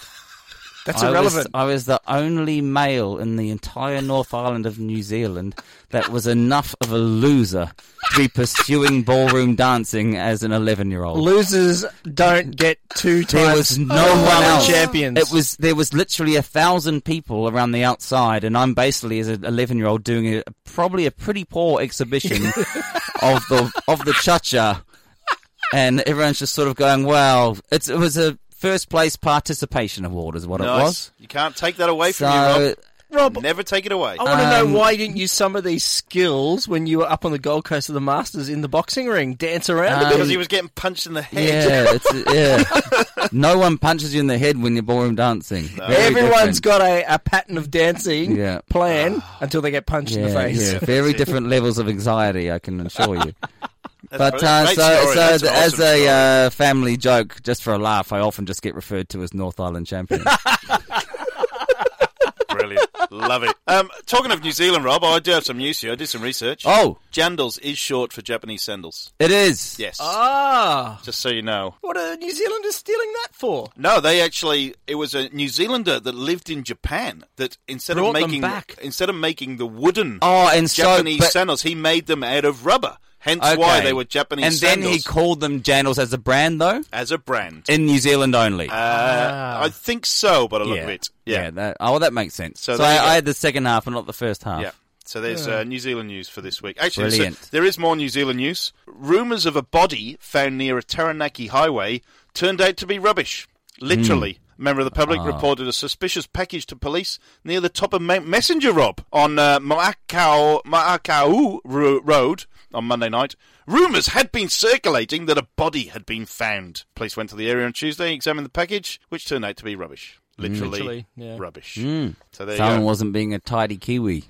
F: That's
E: I Was,
F: irrelevant.
E: uh, I was the only male in the entire North Island of New Zealand that was enough of a loser to be pursuing ballroom dancing as an 11 year old.
F: Losers don't get two times.
E: There was
D: Oh,
E: no
F: North
E: one
F: Island
E: else.
F: Champions.
E: It was there was literally a thousand people around the outside, and I'm basically as an 11 year old doing a, probably a pretty poor exhibition of the of the cha cha, and everyone's just sort of going, "Wow!" It's, it was a first place participation award, is what it
D: Nice.
E: was.
D: You can't take that away from you,
E: So
D: Rob.
F: Rob.
D: Never take it away.
F: I want to
E: Um,
F: know why didn't you some of these skills when you were up on the Gold Coast of the Masters in the boxing ring, dance around
E: Ah,
F: a bit?
D: because he was getting punched in the head.
E: Yeah, it's, yeah. No one punches you in the head when you're ballroom dancing.
F: Everyone's
E: Everyone's
F: got a, a pattern of dancing
E: Yeah. Ah.
F: plan until they get punched in the face.
E: Yeah, very different levels of anxiety, I can assure you.
D: That's
E: But
D: a
E: uh,
D: great
E: so,
D: story.
E: so
D: That's an
E: th- as
D: awesome
E: a
D: story.
E: uh, family joke, just for a laugh, I often just get referred to as North Island champion.
D: Brilliant. Love it. Um, talking of New Zealand, Rob, I do have some news here. I did some research.
E: oh,
D: Jandals is short for Japanese sandals.
E: it is.
D: Yes.
F: Ah,
D: Just so you know.
F: what are New Zealanders stealing that for?
D: No, they actually. It was a New Zealander that lived in Japan that instead
F: Brought
D: of
F: them
D: making
F: back.
D: instead of making the wooden
E: Oh, and so
D: Japanese
E: but-
D: sandals, he made them out of rubber. Hence
E: okay.
D: why they were Japanese
E: And then
D: sandals
E: he called them Jandals as a brand, though,
D: as a brand.
E: in New Zealand only.
D: Uh, I think so, but I look
E: Ah. yeah.
D: of it. Yeah.
E: that, oh, that makes sense.
D: So
E: So,
D: there
E: I,
D: you go.
E: I had the second half and not the first half.
D: Yeah. So there's uh, New Zealand news for this week. Actually, so
E: Brilliant.
D: there is more New Zealand news. Rumours of a body found near a Taranaki highway turned out to be rubbish. Literally.
E: Hmm.
D: A member of the public
E: Ah.
D: reported a suspicious package to police near the top of Mount Messenger Rob on uh, Maakau, Maakau Ro- Road on Monday night. Rumours had been circulating that a body had been found. Police went to the area on Tuesday, examined the package, which turned out to be rubbish. Literally,
F: Literally, yeah.
D: rubbish. So there you
E: Hmm. Someone
D: go.
E: wasn't being a tidy Kiwi.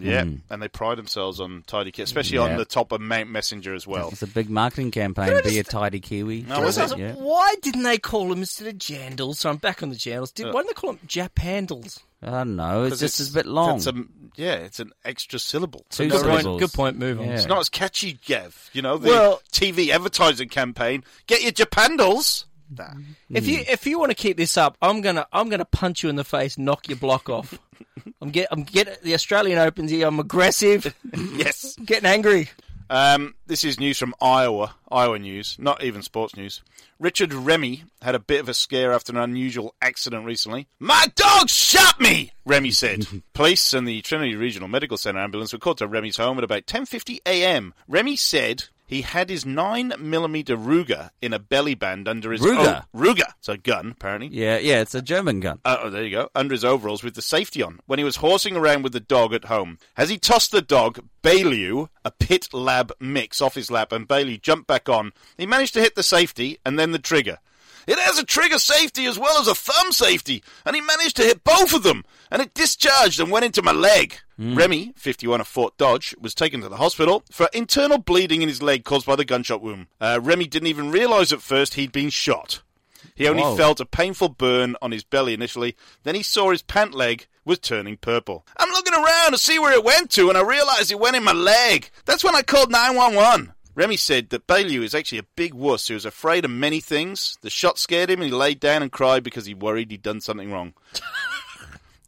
D: Yeah, and they pride themselves on tidy kit, especially on
E: Hmm. Yeah.
D: the top of Mount Messenger as well.
E: It's a big marketing campaign. Be a tidy Kiwi.
D: No, was it?
E: Yeah.
F: Why didn't they call him instead of Jandals? So I'm back on the Jandals. Did, why didn't they call him Japandals?
E: I don't know. It's
D: 'Cause
E: just a bit long.
D: It's a, yeah, it's an extra syllable. It's
E: Two
D: another-
E: syllables.
F: Good point. Move on.
E: Yeah.
D: It's not as catchy, Gev. You know, the
F: Well-
D: TV advertising campaign. Get your Japandals. Nah.
E: Hmm.
F: If you if you want to keep this up, I'm gonna I'm gonna punch you in the face, knock your block off. I'm get I'm get the Australian Opens here. I'm aggressive,
D: Yes.
F: getting angry.
D: Um, this is news from Iowa. Iowa news, not even sports news. Richard Remy had a bit of a scare after an unusual accident recently. My dog shot me, Remy said. Police and the Trinity Regional Medical Center ambulance were called to Remy's home at about 10:50 a.m. Remy said he had his 9 millimeter Ruger in a belly band under his
E: Ruger?
D: Oh, Ruger. It's a gun, apparently.
E: yeah, yeah. It's a German gun.
D: Uh, oh, there you go. Under his overalls with the safety on when he was horsing around with the dog at home. As he tossed the dog, Bailey, a pit lab mix, off his lap, and Bailey jumped back on. He managed to hit the safety and then the trigger. It has a trigger safety as well as a thumb safety, and he managed to hit both of them, and it discharged and went into my leg. Remy, 51 of Fort Dodge, was taken to the hospital for internal bleeding in his leg caused by the gunshot wound. Uh, Remy didn't even realise at first he'd been shot. He only
E: Whoa.
D: felt a painful burn on his belly initially. Then he saw his pant leg was turning purple. I'm looking around to see where it went to, and I realised it went in my leg. That's when I called 911. Remy said that Bailey is actually a big wuss who was afraid of many things. The shot scared him, and he laid down and cried because he worried he'd done something wrong.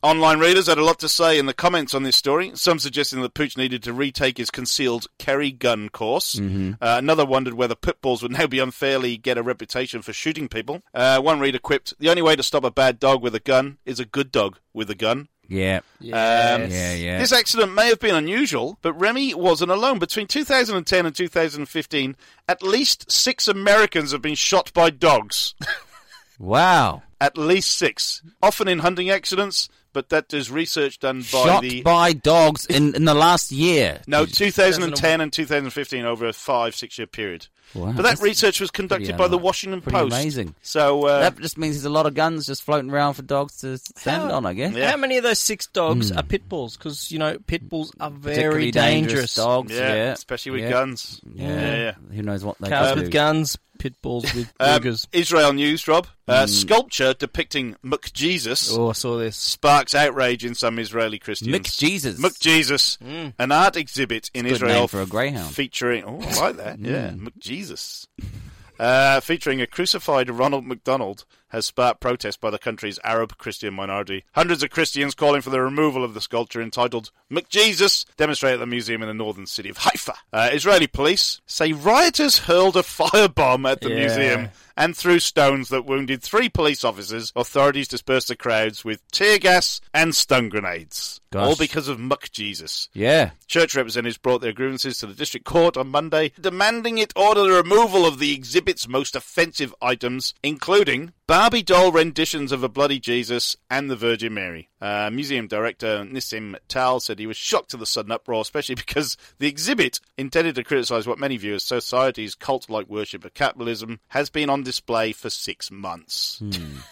D: Online readers had a lot to say in the comments on this story. Some suggesting that Pooch needed to retake his concealed carry gun course.
E: Mm-hmm.
D: Uh, another wondered whether pit bulls would now be unfairly get a reputation for shooting people. Uh, one reader quipped, "The only way to stop a bad dog with a gun is a good dog with a gun."
E: Yeah.
D: Um,
E: Yeah, yeah.
D: This accident may have been unusual, but Remy wasn't alone. Between 2010 and 2015, at least six Americans have been shot by dogs.
E: Wow.
D: at least six, often in hunting accidents. But that is research done by
E: Shot
D: the
E: by dogs in, in the last year.
D: No, 2010 and 2015 over a five, six year period.
E: Wow,
D: but that
E: that's
D: research was conducted
E: pretty,
D: by
E: uh,
D: the Washington
E: pretty
D: Post.
E: amazing.
D: So, uh,
E: that just means there's a lot of guns just floating around for dogs to stand
F: How-
E: on, I guess.
D: Yeah.
F: How many of those six dogs are pit bulls? Because you know pit bulls are very
E: Hmm. Particularly dangerous.
F: dangerous.
E: dogs.
D: yeah,
E: Yeah,
D: especially with
E: Yeah.
D: guns.
E: Yeah.
D: yeah. yeah.
E: Who knows what they
F: Cows
E: do?
F: with guns, pit bulls with
D: Um,
F: boogers.
D: Israel news, Rob. Uh,
E: Mm.
D: Sculpture depicting McJesus
F: oh, I saw this.
D: sparks outrage in some Israeli Christians.
E: McJesus.
D: McJesus. An art exhibit in
E: Mm. good
D: Israel
E: name for a greyhound. Mm.
D: featuring. Oh, I like that. yeah, McJesus. Uh, featuring a crucified Ronald McDonald has sparked protest by the country's Arab Christian minority. Hundreds of Christians calling for the removal of the sculpture entitled McJesus demonstrate at the museum in the northern city of Haifa. Uh, Israeli police say rioters hurled a firebomb at the
F: Yeah.
D: museum and threw stones that wounded three police officers. Authorities dispersed the crowds with tear gas and stun grenades.
E: Gosh.
D: All because of Muck Jesus.
E: Yeah.
D: Church representatives brought their grievances to the district court on Monday, demanding it order the removal of the exhibit's most offensive items, including Barbie doll renditions of a bloody Jesus and the Virgin Mary. Uh, museum director Nissim Tal said he was shocked at the sudden uproar, especially because the exhibit, intended to criticise what many view as society's cult-like worship of capitalism, has been on display for six months.
E: Hmm.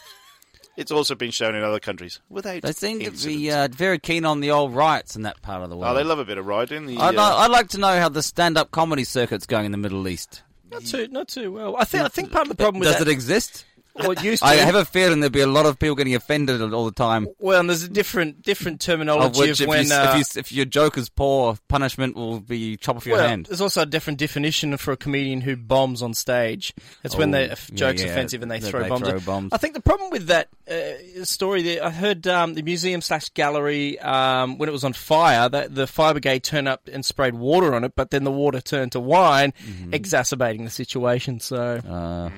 D: It's also been shown in other countries without.
E: They seem to be
D: incident.
E: uh, very keen on the old riots in that part of the world.
D: Oh, they love a bit of riding. The,
E: I'd,
D: uh,
E: li- I'd like to know how the stand-up comedy circuit's going in the Middle East.
F: Not too, not too well. I think I think part of the problem with
E: Does
F: that,
E: it exist?
F: or it used to,
E: I have a feeling there'd be a lot of people getting offended all the time.
F: well, and there's a different different
E: Of
F: terminology
E: which,
F: of
E: if,
F: when
E: you,
F: uh,
E: if, you, if your joke is poor, punishment will be chop off your
F: Well,
E: hand.
F: There's also a different definition for a comedian who bombs on stage. It's when
E: Oh,
F: the if
E: yeah,
F: joke's
E: yeah,
F: offensive and they,
E: that
F: throw,
E: they
F: bombs.
E: throw bombs.
F: I think the problem with that uh, story there, I heard um, the museum slash gallery um, when it was on fire, that the fire brigade turned up and sprayed water on it, but then the water turned to wine, exacerbating the situation. So
E: Mm-hmm. Uh,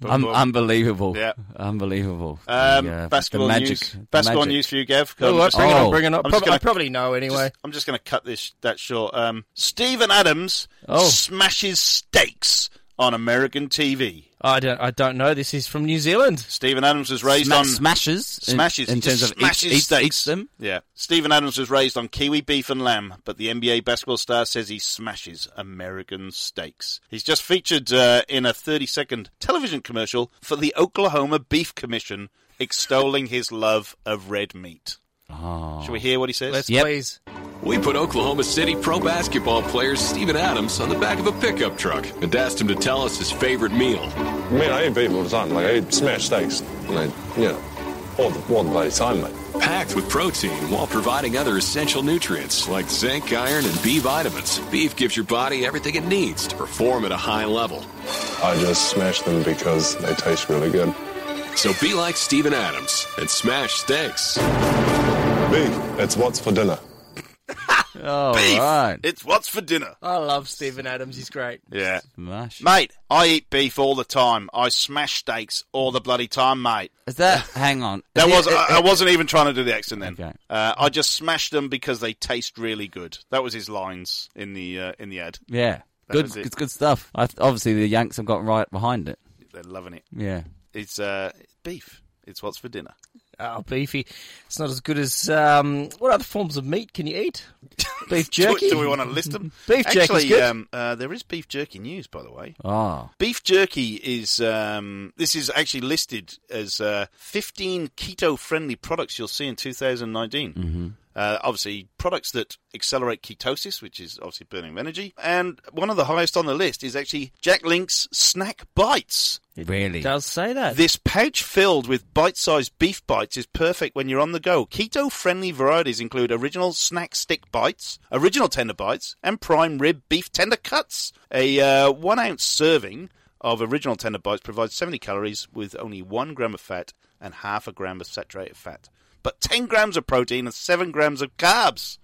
D: Boom,
E: Um,
D: boom.
E: unbelievable.
D: Yeah.
E: Unbelievable.
D: Um,
E: The, uh, the
D: basketball
E: magic-
D: news.
E: the
D: Basketball
E: magic.
D: news for you, Gav.
F: Oh,
D: I'm just-
F: bring it
E: Oh.
F: on, bring it on.
D: I'm just
F: Prob-
D: gonna-
F: I probably know anyway.
D: just- I'm just going to cut this that short. Um, Stephen Adams
F: Oh.
D: smashes steaks on American TV.
F: I don't. I don't know. This is from New Zealand.
D: Stephen Adams was raised
E: Sma-
D: on
E: smashes. in-
D: smashes
E: In,
D: He
E: terms
D: just
E: of eats,
D: smashes
E: eats,
D: steaks.
E: eats them.
D: Yeah, Stephen Adams was raised on kiwi beef and lamb, but the NBA basketball star says he smashes American steaks. He's just featured uh, in a 30-second television commercial for the Oklahoma Beef Commission, extolling his love of red meat.
E: Ah.
D: Oh. Shall we hear what he says?
F: Let's
E: Yep.
F: please.
G: We put Oklahoma City pro basketball player Steven Adams on the back of a pickup truck and asked him to tell us his favorite meal.
H: Man, I ate beef all the time. Like, I ate smashed steaks. And I, you know, all the, all the bloody time, mate.
G: Packed with protein while providing other essential nutrients like zinc, iron, and B vitamins. Beef gives your body everything it needs to perform at a high level.
H: I just smashed them because they taste really good.
G: So be like Steven Adams and smash steaks.
H: Beef, it's what's for dinner.
E: All
D: Beef.
E: right.
D: It's what's for dinner.
F: I love Stephen Adams. He's great.
D: Yeah.
E: Smash.
D: Mate, I eat beef all the time. I smash steaks all the bloody time, mate.
E: Is that? hang on. Is
D: That
E: it-
D: was uh,
E: it-
D: I, I wasn't even trying to do the accent then.
E: Okay.
D: Uh, I just smashed them because they taste really good. That was his lines in the uh, in the ad.
E: yeah.
D: That
E: Good.
D: was it.
E: It's good stuff. I, th- obviously, the Yanks have got right behind it.
D: They're loving it.
E: Yeah.
D: It's uh, beef. It's what's for dinner.
F: Oh, beefy. It's not as good as um. What other forms of meat can you eat? Beef jerky.
D: Do, we want to list them?
F: Beef jerky's
D: Actually,
F: good.
D: Um, uh, there is beef jerky news, by the way.
E: Oh.
D: Beef jerky is um, this is actually listed as uh, 15 keto-friendly products you'll see in 2019. Mm-hmm. Uh, obviously, products that accelerate ketosis, which is obviously burning of energy, and one of the highest on the list is actually Jack Link's snack bites.
E: Really?
F: It does say that.
D: This pouch filled with bite-sized beef bites is perfect when you're on the go. Keto-friendly varieties include original snack stick bites, original tender bites, and prime rib beef tender cuts. A uh, one-ounce serving of original tender bites provides 70 calories with only one gram of fat and half a gram of saturated fat, but 10 grams of protein and seven grams of carbs.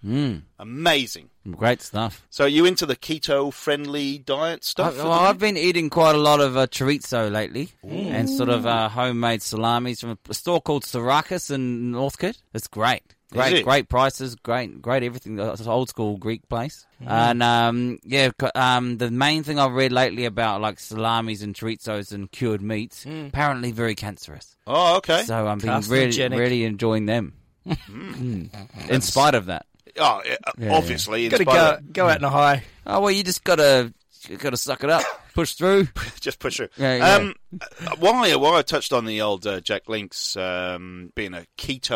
D: Amazing.
E: Great stuff.
D: So, are you into the keto-friendly diet
E: I,
D: stuff? at the
E: Uh, well, I've been eating quite a lot of uh, chorizo lately, and sort of uh, homemade salamis from a store called Syrakus in Northcote. It's great,
D: it?
E: great, great prices, great, great everything. Uh, It's an old school Greek place, and um, yeah, co- um, the main thing I've read lately about like salamis and chorizos and cured meats, apparently very cancerous.
D: Oh, okay.
E: So I'm being really,
F: Carcinogenic.
E: really enjoying them. Mm. In spite of that,
D: oh, yeah, obviously. in
F: Got to
D: spite of-
F: go. Go out in a high.
E: oh well, you just gotta, you gotta suck it up, push through.
D: just push through.
E: Yeah, yeah.
D: Um, uh, why? Why I touched on the old uh, Jack Links um, being a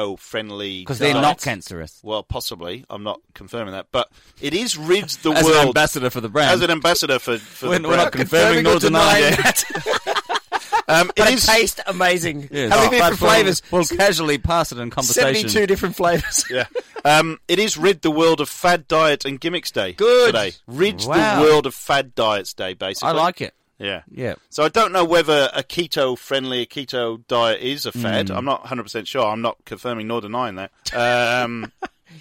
D: keto-friendly
E: Because they're
D: diet.
E: not cancerous.
D: Well, possibly. I'm not confirming that, but it is rids the
E: As
D: world
E: an ambassador for the brand.
D: as an ambassador for for
E: We're-
D: the
E: we're not
D: brand.
E: confirming nor denying
D: that. um, it is.
F: Taste amazing.
E: Yes.
F: How many
E: But
F: different flavors?
E: We'll, we'll casually pass it in conversation.
F: Seventy-two different flavors.
D: yeah. Um, it is rid the world of fad diet and gimmicks day.
F: Good.
D: today. Rid
E: Wow.
D: the world of fad diets day. Basically,
E: I like it.
D: Yeah.
E: Yeah.
D: So I don't know whether a keto friendly, a keto diet is a fad.
E: Mm.
D: I'm not 100% sure. I'm not confirming nor denying that. Um,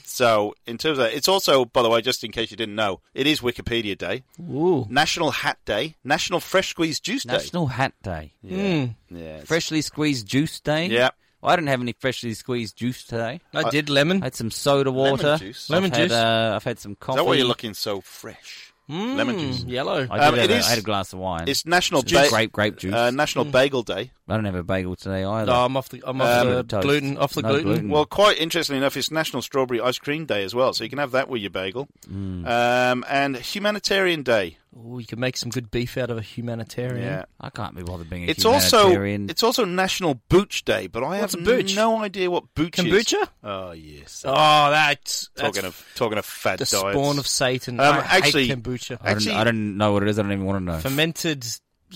D: so, in terms of that, it's also, by the way, just in case you didn't know, it is Wikipedia Day,
F: Ooh.
D: National Hat Day, National Fresh Squeezed Juice
E: National Hat Day.
D: Day. Yeah. Yeah.
E: Freshly squeezed juice day.
D: Yeah.
E: Well, I didn't have any freshly squeezed juice today.
F: I did lemon.
E: I had some soda water.
D: juice?
E: I've
F: Lemon
E: had,
F: juice?
E: Uh, I've had some coffee.
D: Is that why you're looking so fresh? Lemon juice.
F: Yellow. Uh,
E: I,
D: Um,
E: did
D: it
E: have a-
D: is-
E: I had a glass of wine.
D: It's National
E: Mm, It's just
D: Ba-
E: grape- grape juice. Mm.
D: Uh, National Bagel Day.
E: I don't have a bagel today either.
F: No, I'm off the. I'm off
E: Um,
F: the
E: toast.
F: gluten. Off the
E: No
F: gluten.
E: gluten.
D: Well, quite interestingly enough, it's National Strawberry Ice Cream Day as well, so you can have that with your bagel.
E: Mm.
D: Um, and Humanitarian Day.
F: Ooh, you can make some good beef out of a humanitarian.
D: Yeah.
E: I can't be bothered being a
D: It's also
E: humanitarian.
D: it's also National Booch Day, but I
F: What's
D: have
F: a booch?
D: no idea what booch is.
F: Kombucha?
D: Oh yes,
F: Oh, that's, that's
D: talking of talking of fad
F: the
D: diets.
F: spawn of Satan.
D: Um,
F: I
D: actually- uh,
F: hate kombucha.
E: I, don't,
D: actually-
E: I don't know what it is. I don't even want to know.
F: Fermented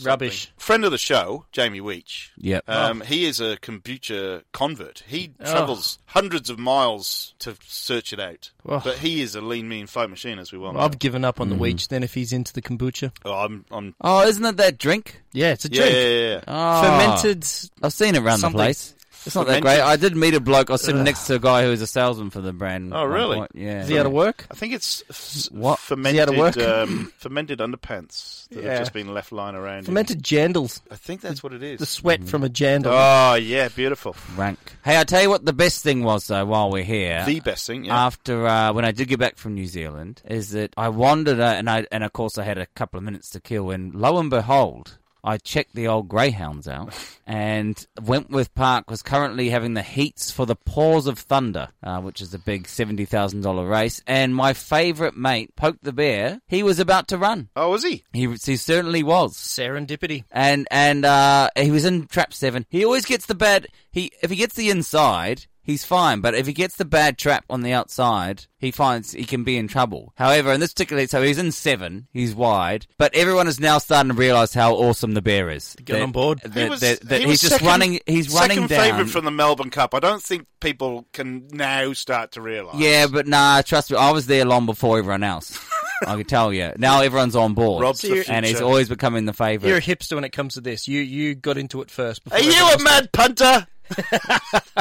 F: rubbish.
D: friend of the show, Jamie Weech.
E: Yep.
D: Um, He is a kombucha convert. He
F: Oh.
D: travels hundreds of miles to search it out.
F: Oh.
D: But he is a lean, mean fight machine, as we well know.
F: I've given up on the weech then if he's into the kombucha.
D: oh, I'm, I'm
E: oh, isn't it that drink?
F: Yeah, it's a
D: yeah,
F: drink.
D: yeah, yeah, yeah.
E: Oh,
F: Fermented
E: I've seen it around the
F: something.
E: place. It's not that great. I did meet a bloke. I was sitting next to a guy who was a salesman for the brand.
D: Oh,
E: at one
D: really?
E: point. Yeah.
F: Is he out of work?
D: I think it's f-
E: What? Is he out
D: fermented
E: of work?
D: um, fermented underpants that
F: Yeah.
D: have just been left lying around. in-
F: Fermented jandals.
D: I think that's what it
F: The
D: is.
E: mm-hmm.
F: sweat from a jandal.
E: Ah.
D: Oh yeah, beautiful.
E: rank. Hey, I'll tell you what the best thing was, though, while we're here.
D: The best thing. Yeah.
E: After uh, when I did get back from New Zealand, is that I wandered uh, and I and of course I had a couple of minutes to kill, and lo and behold, I checked the old greyhounds out, and Wentworth Park was currently having the heats for the Paws of Thunder, uh, which is a big seventy thousand dollar race, and my favourite mate poked the bear. He was about to run.
D: oh, is he?
E: He he certainly was
F: Serendipity.
E: and and uh, he was in trap seven. He always gets the bad. He if he gets the inside, he's fine. But if he gets the bad trap on the outside, he finds he can be in trouble. However, in this particular, so he's in seven. He's wide, but everyone is now starting to realise how awesome the bear is.
F: Get on board.
E: that-
D: He was-
E: that- that
D: he
E: he's
D: was
E: just
D: second-
E: running. He's running
D: second
E: down.
D: favourite from the Melbourne Cup. I don't think people can now start to realise.
E: yeah, but nah, trust me, I was there long before everyone else. I can tell you. Now everyone's on board,
D: Rob's the
E: and he's
D: future.
E: always becoming the
F: You're a
E: favourite.
F: hipster when it comes to this. You you got into it first. Before
D: Are you a
F: everyone else
D: mad punter?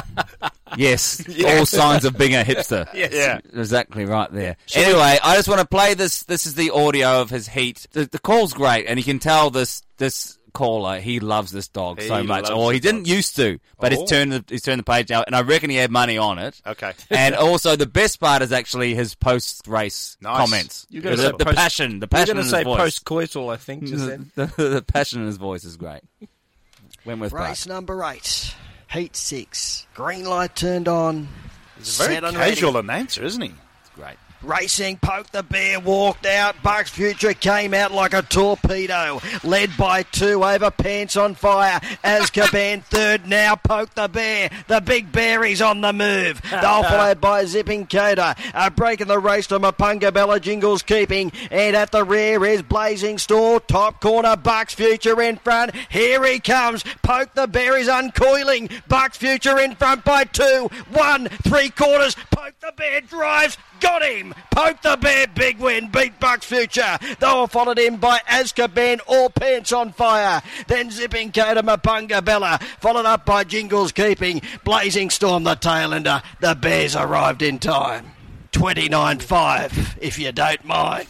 E: Yes, all signs of being a hipster.
D: Yeah.
E: Exactly right there. anyway, I just want to play this. This is the audio of his heat. The, the call's great, and you can tell this this caller he loves this dog
D: He
E: so much,
D: loves
E: or he
D: the
E: didn't
D: dog.
E: used to, but
D: Oh.
E: he's turned the, he's turned the page now, and I reckon he had money on it.
D: Okay.
E: and also the best part is actually his post race
D: Nice.
E: comments.
F: You're gonna
E: the,
F: say
E: the
F: post-
E: passion, the
F: You're
E: passion in
F: going to
E: his
F: say
E: voice.
F: post-coital, I think. Just
E: the,
F: then.
E: the, the passion in his voice is great. Wentworth Park.
I: Race number eight, heat six. Green light turned on.
D: He's a very
I: Set and ready.
D: casual announcer, isn't he?
E: Great.
I: Racing poked the bear, walked out. Bucks Future came out like a torpedo, led by two over pants on fire. Azkaban third now poked the bear. The big bear is on the move. They'll followed by Zipping Coda. A break in the race to Mapunga Bella Jingles keeping. And at the rear is Blazing Store. Top corner, Bucks Future in front. Here he comes. Poke the bear is uncoiling. Bucks Future in front by two. One, three quarters. Poke the bear drives. Got him! Poke the bear, big win, beat Bucks Future. They were followed in by Azkaban, all pants on fire. Then zipping Coda Mapunga Bella, followed up by Jingles Keeping, Blazing Storm the Tailender. The Bears arrived in time. 29.5, if you don't mind.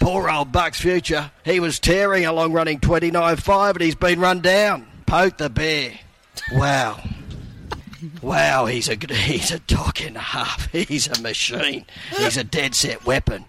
I: Poor old Bucks Future. He was tearing along running 29.5 and he's been run down. Poke the bear. Wow. Wow, he's a good- he's a dog and a half. He's a machine. He's a dead set weapon.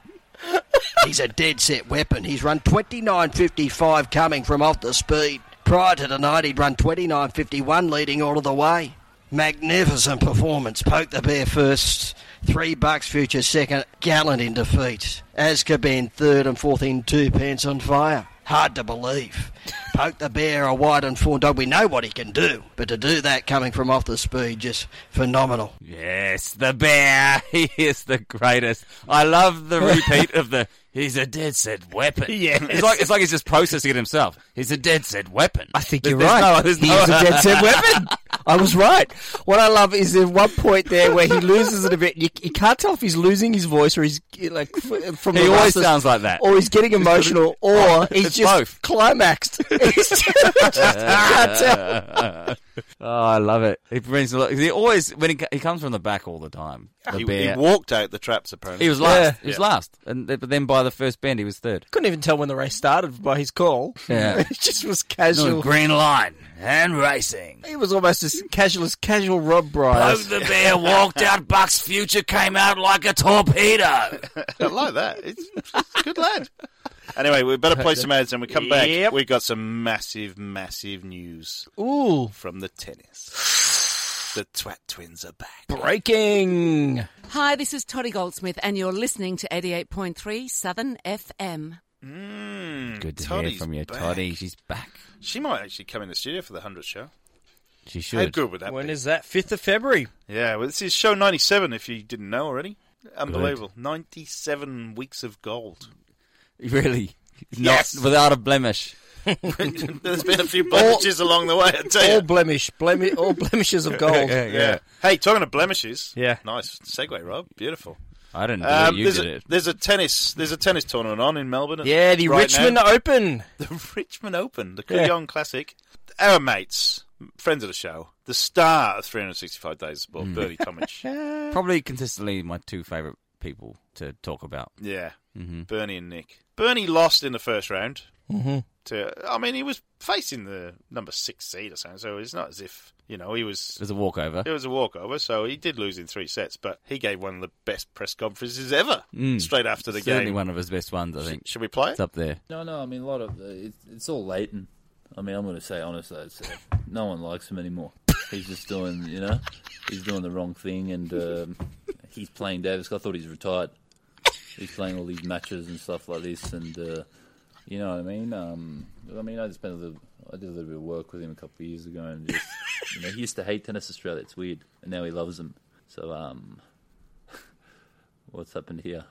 I: He's a dead set weapon. He's run 29.55 coming from off the speed. Prior to tonight, he'd run 29.51 leading all of the way. Magnificent performance. Poke the bear first. Three bucks future second. Gallant in defeat. Azkaban third and fourth in two pence on fire. Hard to believe. Poke the bear, a wide and four dog. We know what he can do, but to do that coming from off the speed, just phenomenal.
E: Yes, the bear. He is the greatest. I love the repeat of the. He's a dead set weapon.
F: Yes.
E: it's like it's like he's just processing it himself. He's a dead set weapon.
F: I think
E: There's-
F: you're
E: there's
F: right.
E: no- there's
F: he
E: no-
F: is a dead set weapon. I was right. What I love is at one point there where he loses it a bit. You, you can't tell if he's losing his voice or he's like f- from.
E: He
F: the
E: always
F: rustlers,
E: sounds like that.
F: or he's getting emotional, or he's
E: It's
F: just
E: both.
F: climaxed. He's just, just can't tell.
E: Oh, I love it. He brings a lot. He always when he, co- he comes from the back all the time. The
D: he, he
E: bear. He,
D: walked out the traps apparently.
E: was last. He was last, and th- but then by the first bend he was third.
F: Couldn't even tell when the race started by his call.
E: Yeah.
F: it just was casual.
E: green line and racing.
F: He was almost as casual as casual Rob Bryce.
E: the bear walked out. Buck's future came out like a torpedo.
D: I like that. It's, it's a good lad. Anyway, we better play some ads and we come back.
F: Yep.
D: We've got some massive, massive news
F: Ooh,
D: from the tennis. The Twat twins are back.
F: breaking.
J: Hi, this is Toddy Goldsmith, and you're listening to 88.3 Southern FM.
E: Good to
D: Toddy's
E: hear from you,
D: back.
E: Toddy. She's back.
D: She might actually come in the studio for the 100th show.
E: She
D: How
E: should.
D: good would that
F: When
D: be?
F: is that? Fifth of February.
D: yeah, well, this is show 97 if you didn't know already. Unbelievable. 97 weeks of gold.
E: Really? Not
D: Yes.
E: without a blemish.
D: There's been a few blemishes along the way, I tell you.
F: All blemish, blemi- all blemishes of gold.
D: yeah. Hey, talking of blemishes.
F: Yeah.
D: Nice segue, Rob. Beautiful.
E: I didn't know
D: Um,
E: you
D: there's,
E: did
D: a,
E: it.
D: there's a tennis. There's a tennis tournament on in Melbourne.
F: Yeah, the
D: right
F: Richmond
D: now.
F: Open.
D: the Richmond Open, the Kooyon Classic. Our mates, friends of the show, the star of 365 Days of Sport,
F: Hmm.
D: Bernie Tomich.
E: Probably consistently my two favourite people to talk about.
D: Yeah,
E: Mm-hmm.
D: Bernie and Nick. Bernie lost in the first round. To, I mean, he was facing the number six seed or something, so it's not as if you know he was.
E: It was a walkover.
D: It was a walkover, so he did lose in three sets, but he gave one of the best press conferences ever straight after the
E: Mm. Certainly
D: game.
E: one of his best ones, I think.
D: Should we play it?
E: It's up there.
K: No, no. I mean, a lot of the, it's, it's all Leighton. I mean, I'm going to say honestly, it's, uh, no one likes him anymore. He's just doing, you know, he's doing the wrong thing, and um, he's playing Davis. I thought he's retired. He's playing all these matches and stuff like this, and uh, you know what I mean. Um, I mean, I just spent a little, I did a little bit of work with him a couple of years ago, and just, you know, he used to hate tennis Australia. It's weird, and now he loves them. So, um, what's happened here?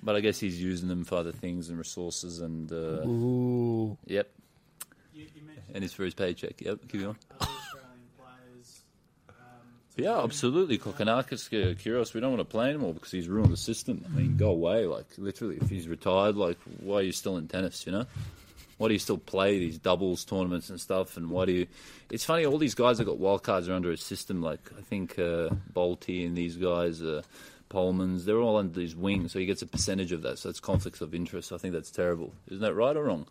K: But I guess he's using them for other things and resources and. Uh, Yep. and it's for his paycheck. Yep, keep going. Yeah, absolutely. Kokonakis, uh, Kyrgios, we don't want to play anymore because he's ruined the system. I mean, go away. Like, literally, if he's retired, like, why are you still in tennis, you know? Why do you still play these doubles tournaments and stuff? And why do you. It's funny, all these guys that got wild cards are under his system. Like, I think uh, Bolte and these guys, uh, Polmans, they're all under his wing. So he gets a percentage of that. So it's conflicts of interest. I think that's terrible. Isn't that right or wrong?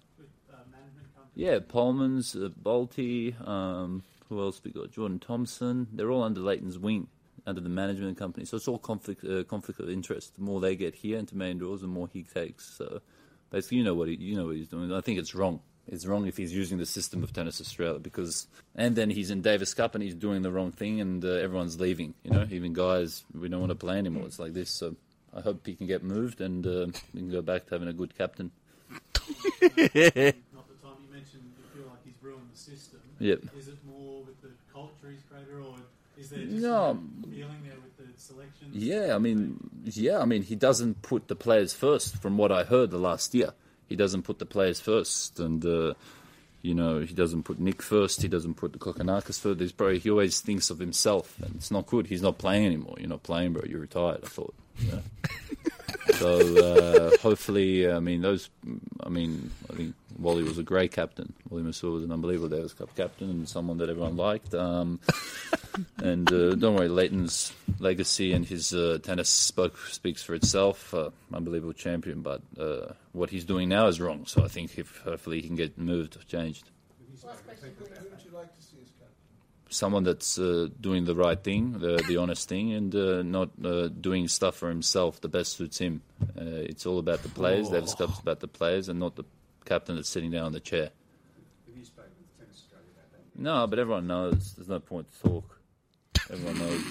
K: Yeah, Polmans, uh, Bolte, um, who else we got? Jordan Thompson. They're all under Leighton's wing, under the management company. So it's all conflict uh, conflict of interest. The more they get here into main doors, the more he takes. So basically, you know what he, you know what he's doing. I think it's wrong. It's wrong if he's using the system of Tennis Australia because, and then he's in Davis Cup and he's doing the wrong thing and uh, everyone's leaving. You know, even guys we don't want to play anymore. It's like this. So I hope he can get moved and uh, we can go back to having a good captain.
L: Not the time you mentioned you feel like he's ruined the system.
K: Yep.
L: Is it more with the culture he's created, or is there just
K: No.
L: no feeling there with the selection?
K: Yeah, I mean, yeah, I mean, he doesn't put the players first. From what I heard the last year, he doesn't put the players first, and uh, you know, he doesn't put Nick first. He doesn't put the Kokonakis first. He's probably he always thinks of himself, and it's not good. He's not playing anymore. You're not playing, bro. You're retired. I thought. Yeah. so uh, hopefully, I mean, those. I mean, I think Wally was a great captain. Wally Masur was an unbelievable Davis Cup captain and someone that everyone liked. Um, and uh, don't worry, Leighton's legacy and his uh, tennis spoke, speaks for itself. Uh, unbelievable champion, but uh, what he's doing now is wrong. So I think if hopefully he can get moved, changed. Someone that's uh, doing the right thing, the, the honest thing, and uh, not uh, doing stuff for himself. The best suits him. Uh, it's all about the players. Davis Cup's about the players, and not the captain that's sitting down in the chair. No, but everyone knows. There's no point to talk. Everyone knows.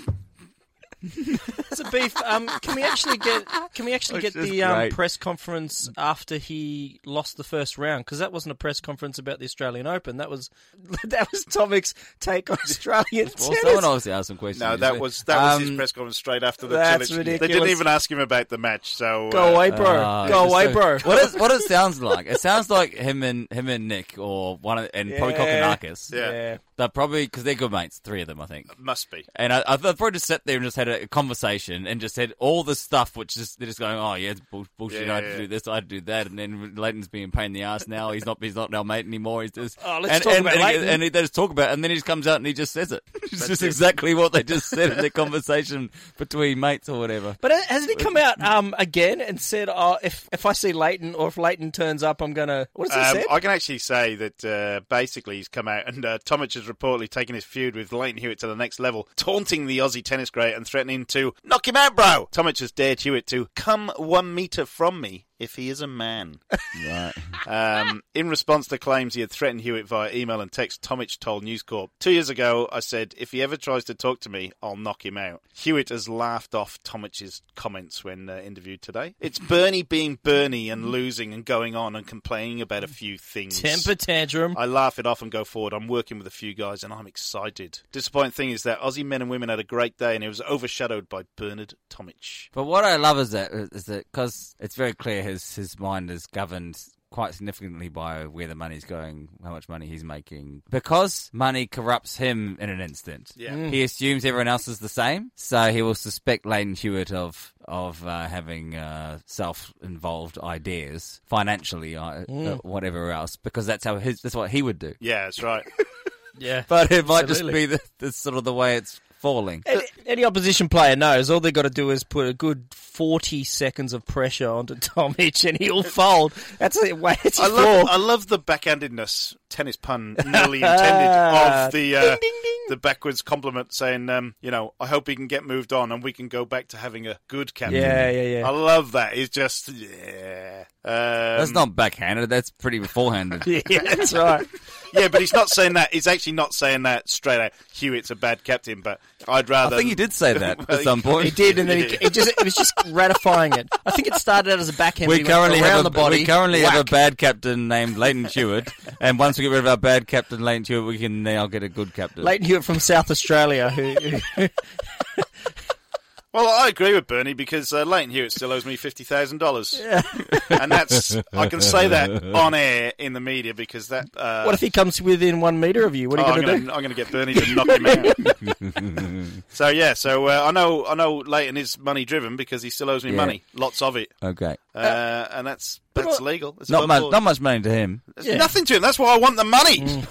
F: So beef. Um, can we actually get? Can we actually
E: That's
F: get the
E: just
F: um,
E: great.
F: press conference after he lost the first round? Because that wasn't a press conference about the Australian Open. That was that was Tomic's take on Australian
E: Well,
F: tennis.
E: someone obviously asked some questions.
D: No,
E: isn't
D: that
E: it?
D: was that was his
E: Um,
D: press conference straight after the
F: that's
D: challenge. They didn't
F: ridiculous.
D: even ask him about the match, so uh,
F: Go away, bro.
E: Ah,
F: Go
E: it's
F: away,
E: so-
F: bro.
E: What is what it sounds like? It sounds like him and him and Nick or one of, and probably
F: Yeah.
E: Kokonakis.
D: Yeah.
E: They're probably because they're good mates, three of them, I think.
D: Must be.
E: And I, I probably just sat there and just had a conversation and just said all this stuff, which is they're just going, oh yeah, it's bull- bullshit.
D: Yeah,
E: I
D: yeah,
E: had
D: yeah.
E: to do this, I had to do that, and then Leighton's being a pain in the ass now. He's not, he's not our mate anymore. He's just
F: Oh, let's
E: and,
F: talk
E: and,
F: about
E: and, he-
F: Leighton.
E: and he, they just talk about, it, and then he just comes out and he just says it. It's just
D: it.
E: exactly what they just said in the conversation between mates or whatever.
F: But hasn't he come out um, again and said, "Oh, if if I see Leighton or if Leighton turns up, I'm gonna." What does he
D: Um,
F: say?
D: I can actually say that uh, basically he's come out and uh, Tomic has reportedly taken his feud with Leighton Hewitt to the next level, taunting the Aussie tennis great and threatening to knock him out, bro. Tomic has dared Hewitt to come one meter from me if he is a man.
E: Right.
D: Um, in response to claims he had threatened Hewitt via email and text, Tomich told News Corp, Two years ago, I said, if he ever tries to talk to me, I'll knock him out. Hewitt has laughed off Tomich's comments when uh, interviewed today. It's Bernie being Bernie and losing and going on and complaining about a few things.
F: Temper tantrum.
D: I laugh it off and go forward. I'm working with a few guys and I'm excited. Disappointing thing is that Aussie men and women had a great day and it was overshadowed by Bernard Tomich.
E: But what I love is that is that because it's very clear his his mind is governed quite significantly by where the money's going, how much money he's making. Because money corrupts him in an instant.
D: Yeah. Mm.
E: He assumes everyone else is the same, so he will suspect Leighton Hewitt of of uh, having uh, self-involved ideas financially, uh,
D: Mm.
E: uh, whatever else, because that's how his, that's what he would do.
D: Yeah, that's right.
F: yeah,
E: but it might
F: Absolutely.
E: just be the, the sort of the way it's falling.
F: Any, any opposition player knows all they've got to do is put a good 40 seconds of pressure onto Tom Hitch and he'll fold. That's it. Wait, it's
D: I
F: four.
D: love, I love the backhandedness, tennis pun nearly intended, of the uh,
F: Ding,
D: the backwards compliment saying, um, you know, I hope he can get moved on and we can go back to having a good captain.
E: Yeah, yeah, yeah.
D: I love that. It's just, yeah. Um,
E: that's not backhanded. That's pretty beforehanded.
F: yeah, that's right.
D: yeah, but he's not saying that. He's actually not saying that straight out. Hewitt's a bad captain, but I'd rather.
E: I think he did say that at some point.
F: He did, and then he, he just, it was just ratifying it. I think it started out as a backhand.
E: we
F: but he went
E: currently
F: around
E: have a,
F: the body.
E: we currently have
F: whack.
E: a bad captain named Leighton Hewitt, and once we get rid of our bad captain Leighton Hewitt, we can now get a good captain.
F: Leighton Hewitt from South Australia. Who, who
D: Well, I agree with Bernie because uh, Leighton Hewitt still owes me fifty thousand dollars, and that's I can say that on air in the media because that. Uh,
F: what if he comes within one meter of you? What
D: Oh,
F: are
D: I'm
F: you going to
D: gonna-
F: do?
D: I'm going to get Bernie to knock him out. so yeah, so uh, I know I know Leighton is money driven because he still owes me
E: Yeah.
D: money, lots of it,
E: Okay,
D: uh, and that's that's legal. It's
E: not
D: above
E: much,
D: board.
E: not much money to him.
D: There's Nothing to him. That's why I want the money.
F: Mm.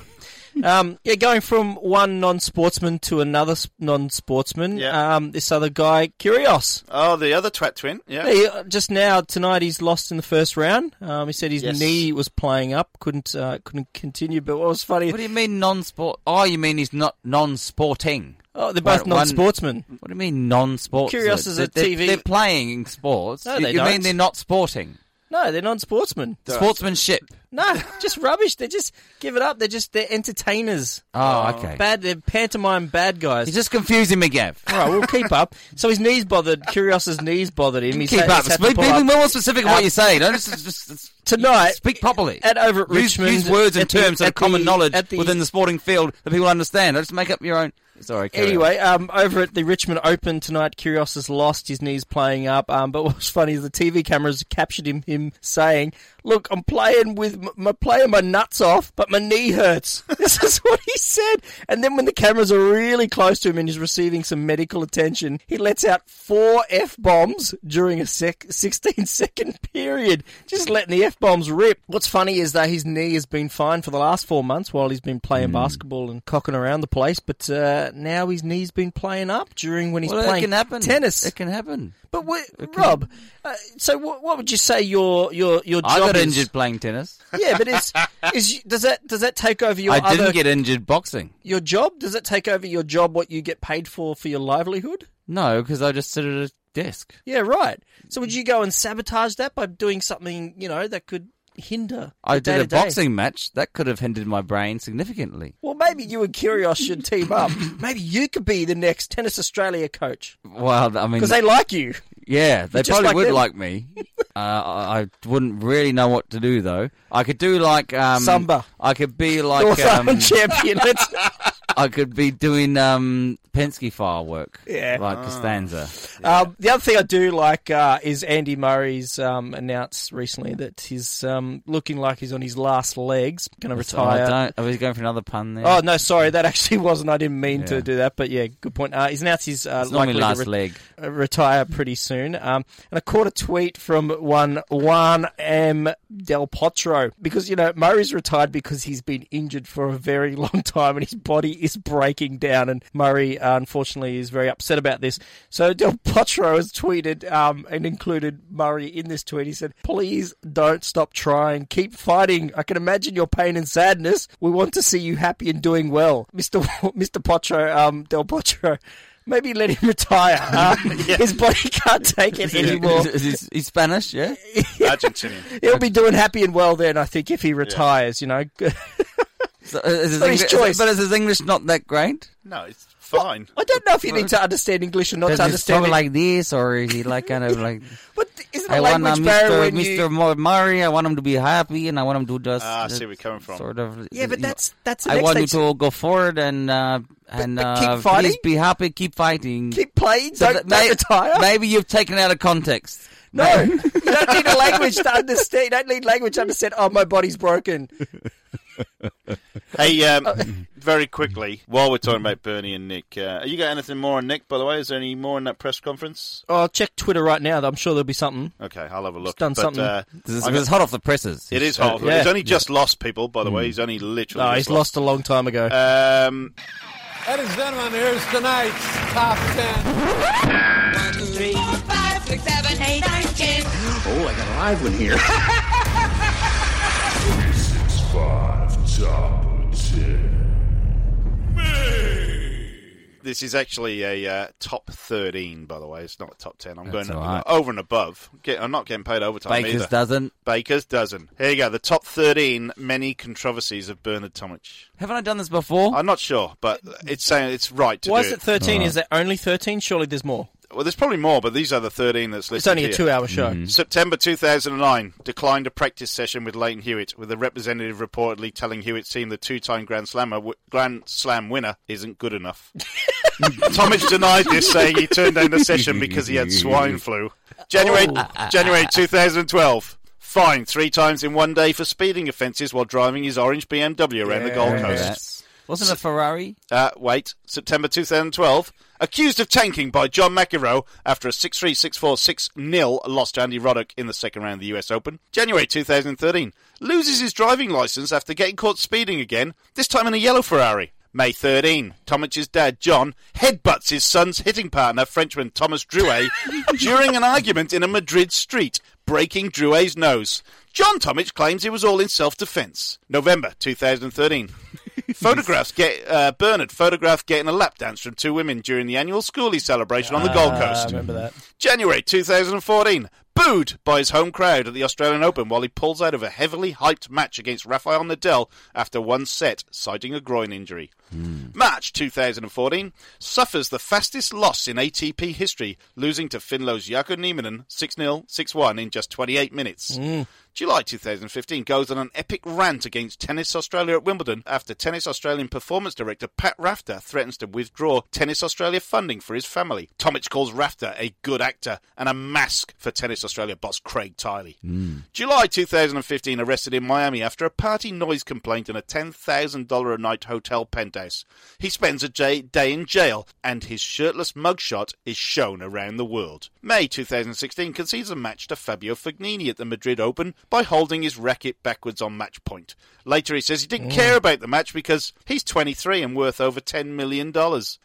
F: Um, yeah, going from one non-sportsman to another s- non-sportsman. Um, this other guy, Curios.
D: Oh, the other twat twin. Yeah.
F: He, uh, just now tonight, he's lost in the first round. Um, he said his
D: Yes.
F: knee was playing up, couldn't uh, couldn't continue. But what was funny?
E: What do you mean non-sport? Oh, you mean he's not non-sporting?
F: Oh, they're both
E: One-
F: non-sportsmen.
E: What do you mean non-sports?
F: Curios is a
E: They're-
F: TV
E: They're playing sports.
F: No,
E: you
F: they
E: you mean
F: don't.
E: they're not sporting?
F: No, they're non-sportsmen.
E: Sportsmanship.
F: No, just rubbish. They just give it up. They're just they're entertainers.
E: Oh, okay.
F: Bad. They're pantomime bad guys.
E: You're just confusing me, Gav.
F: All right, we'll keep up. So his knees bothered. Curios's knees bothered him. He's
E: Keep
F: had-
E: up.
F: he's had
E: Be,
F: to pull
E: be
F: up.
E: more specific in what
F: Uh,
E: you say. Don't just, just, just
F: tonight.
E: speak properly.
F: And over at
E: use,
F: Richmond,
E: use words and
F: at the-
E: terms that are
F: at
E: common
F: the-
E: knowledge
F: at the-
E: within the sporting field that people understand. Don't just make up your own. Sorry. carry on.
F: Anyway, um, over at the Richmond Open tonight, Kyrgios has lost his knees playing up. Um, but what's funny is the TV cameras captured him him saying, "Look, I'm playing with m- my playing my nuts off, but my knee hurts." this is what he said. And then when the cameras are really close to him and he's receiving some medical attention, he lets out four f bombs during a sec- 16 second period, just letting the f bombs rip. What's funny is that his knee has been fine for the last four months while he's been playing
E: Hmm.
F: basketball and cocking around the place, but uh, now his knee's been playing up during when he's
E: Well, it
F: playing
E: can happen.
F: tennis.
E: It can happen.
F: But what, Rob, uh, so what, what would you say your your your job
E: I got
F: is?
E: injured playing tennis.
F: Yeah, but is, is does that does that take over your
E: I didn't
F: other
E: get injured boxing.
F: your job? Does it take over your job? What you get paid for for your livelihood?
E: No, because I just sit at a desk.
F: Yeah, right. So
E: Mm-hmm.
F: would you go and sabotage that by doing something you know that could hinder?
E: I
F: the
E: did a
F: day-to-day?
E: boxing match that could have hindered my brain significantly.
F: Well, maybe you and Kyrgios should team up. maybe you could be the next Tennis Australia coach
E: Well, I mean,
F: because they like you.
E: Yeah, they
F: just
E: probably
F: like
E: would
F: them.
E: like me. Uh, I I wouldn't really know what to do though. I could do like um,
F: Samba.
E: I could be like
F: North
E: um,
F: Island champion. Let's-
E: I could be doing um, Penske firework.
F: Yeah.
E: like
F: Ah.
E: Costanza.
F: Um, the other thing I do like uh, is Andy Murray's um, announced recently that he's um, looking like he's on his last legs, going to
E: So I
F: retire.
E: don't. I was going for another pun there.
F: Oh no, sorry, that actually wasn't. I didn't mean
E: Yeah.
F: to do that, but yeah, good point. Uh, he's announced he's uh,
E: It's not my
F: likely
E: last
F: to re-
E: leg.
F: uh, retire pretty soon. Um, and I caught a tweet from one Juan M. Del Potro because you know Murray's retired because he's been injured for a very long time and his body is breaking down. And Murray, uh, unfortunately, is very upset about this. So Del Potro has tweeted um, and included Murray in this tweet. He said, "Please don't stop trying. Keep fighting. I can imagine your pain and sadness. We want to see you happy and doing well, Mister Mister Potro, um, Del Potro." Maybe let him retire. Uh, His body can't take it anymore.
E: Is, is, is he Spanish? Yeah.
D: Argentinian.
F: He'll be doing happy and well then, I think, if he retires, you know.
E: So, uh, is his
F: Not his
E: Engli-
F: choice.
E: But is his English not that great?
D: No, it's fine.
F: I don't know if you need to understand English or not
E: Does
F: to
E: he talk
F: understand it.
E: like this, or is he like kind of like?
F: But isn't
E: I
F: a
E: want uh,
F: language barrier
E: Mr.
F: when
E: Mr.
F: you...
E: Mo- Murray. I want him to be happy, and I want him to just.
D: Ah, I see
E: uh,
D: where you're coming from.
E: Sort of.
F: Yeah, but
E: you know,
F: that's- that's the
E: I
F: next
E: want you
F: stage.
E: to go forward and uh, and
F: but keep
E: uh,
F: fighting?
E: please be happy, keep fighting,
F: Keep playing,
E: So that
F: don't, don't
E: may-
F: retire.
E: Maybe you've taken it out of context.
F: No, you don't need a language to understand. You don't need language to understand. Oh, my body's broken.
D: Hey,
F: Oh.
D: um, very quickly, while we're talking about Bernie and Nick, uh, you got anything more on Nick, by the way? Is there any more in that press conference?
F: Oh, I'll check Twitter right now. I'm sure there'll be something.
D: Okay, I'll have a look.
F: He's done
D: But,
F: something.
D: uh,
E: This is,
D: I'm
E: it's
D: gonna-
E: hot off the presses.
D: It is hot.
F: Yeah.
D: He's only just lost people, by the way. He's only literally.
F: No,
D: just
F: Oh, he's lost a long time ago.
D: Um,
M: Ladies and gentlemen, here's tonight's top ten. One, two, three, four, five, six, seven, eight, nine, ten.
C: Oh, I got a live one here. 365 Top 10.
D: this is actually a uh, top thirteen, by the way. It's not a top ten. I'm
E: That's
D: going
E: all right.
D: over and above. Get, I'm not getting paid overtime.
E: Baker's
D: either.
E: doesn't.
D: Baker's dozen. Here you go. The top thirteen many controversies of Bernard Tomic.
E: Haven't I done this before?
D: I'm not sure, but it's saying it's right to
F: Why
D: do
F: is it 13? Is there only 13? Surely there's more.
D: Well, there's probably more, but these are the 13 that's listed.
F: It's only a
D: here. Mm-hmm.
F: two-hour show.
D: September 2009, declined a practice session with Leighton Hewitt, with a representative reportedly telling Hewitt's team the two-time Grand Slammer, w- Grand Slam winner isn't good enough. Tomic denied this, saying he turned down the session because he had swine flu. January January 2012. Fined three times in one day for speeding offences while driving his orange BMW around the Gold Coast.
E: Wasn't it a Ferrari?
D: Uh, wait, September 2012. Accused of tanking by John McEnroe after a 6 3 6 4 6 0 loss to Andy Roddick in the second round of the US Open. January 2013. Loses his driving license after getting caught speeding again, this time in a yellow Ferrari. May 13. Tomic's dad, John, headbutts his son's hitting partner, Frenchman Thomas Drouet, during an argument in a Madrid street, breaking Drouet's nose. John Tomic claims it was all in self defense. November 2013. Photographs get uh, Bernard photographed getting a lap dance from two women during the annual schoolie celebration on the Gold Coast.
F: Ah, I remember that.
D: January 2014, booed by his home crowd at the Australian Open while he pulls out of a heavily hyped match against Rafael Nadal after one set, citing a groin injury.
F: Hmm.
D: March 2014, suffers the fastest loss in ATP history, losing to Finlow's Jaakko Nieminen 6-0, 6-1 in just 28 minutes.
F: Hmm.
D: July 2015 goes on an epic rant against Tennis Australia at Wimbledon after Tennis Australian performance director Pat Rafter threatens to withdraw Tennis Australia funding for his family. Tomic calls Rafter a good actor and a mask for Tennis Australia boss Craig Tiley. July 2015 arrested in Miami after a party noise complaint in a $10,000 a night hotel penthouse. He spends a j- day in jail and his shirtless mugshot is shown around the world. May 2016 concedes a match to Fabio Fognini at the Madrid Open by holding his racket backwards on match point. Later he says he didn't care about the match because he's 23 and worth over $10 million.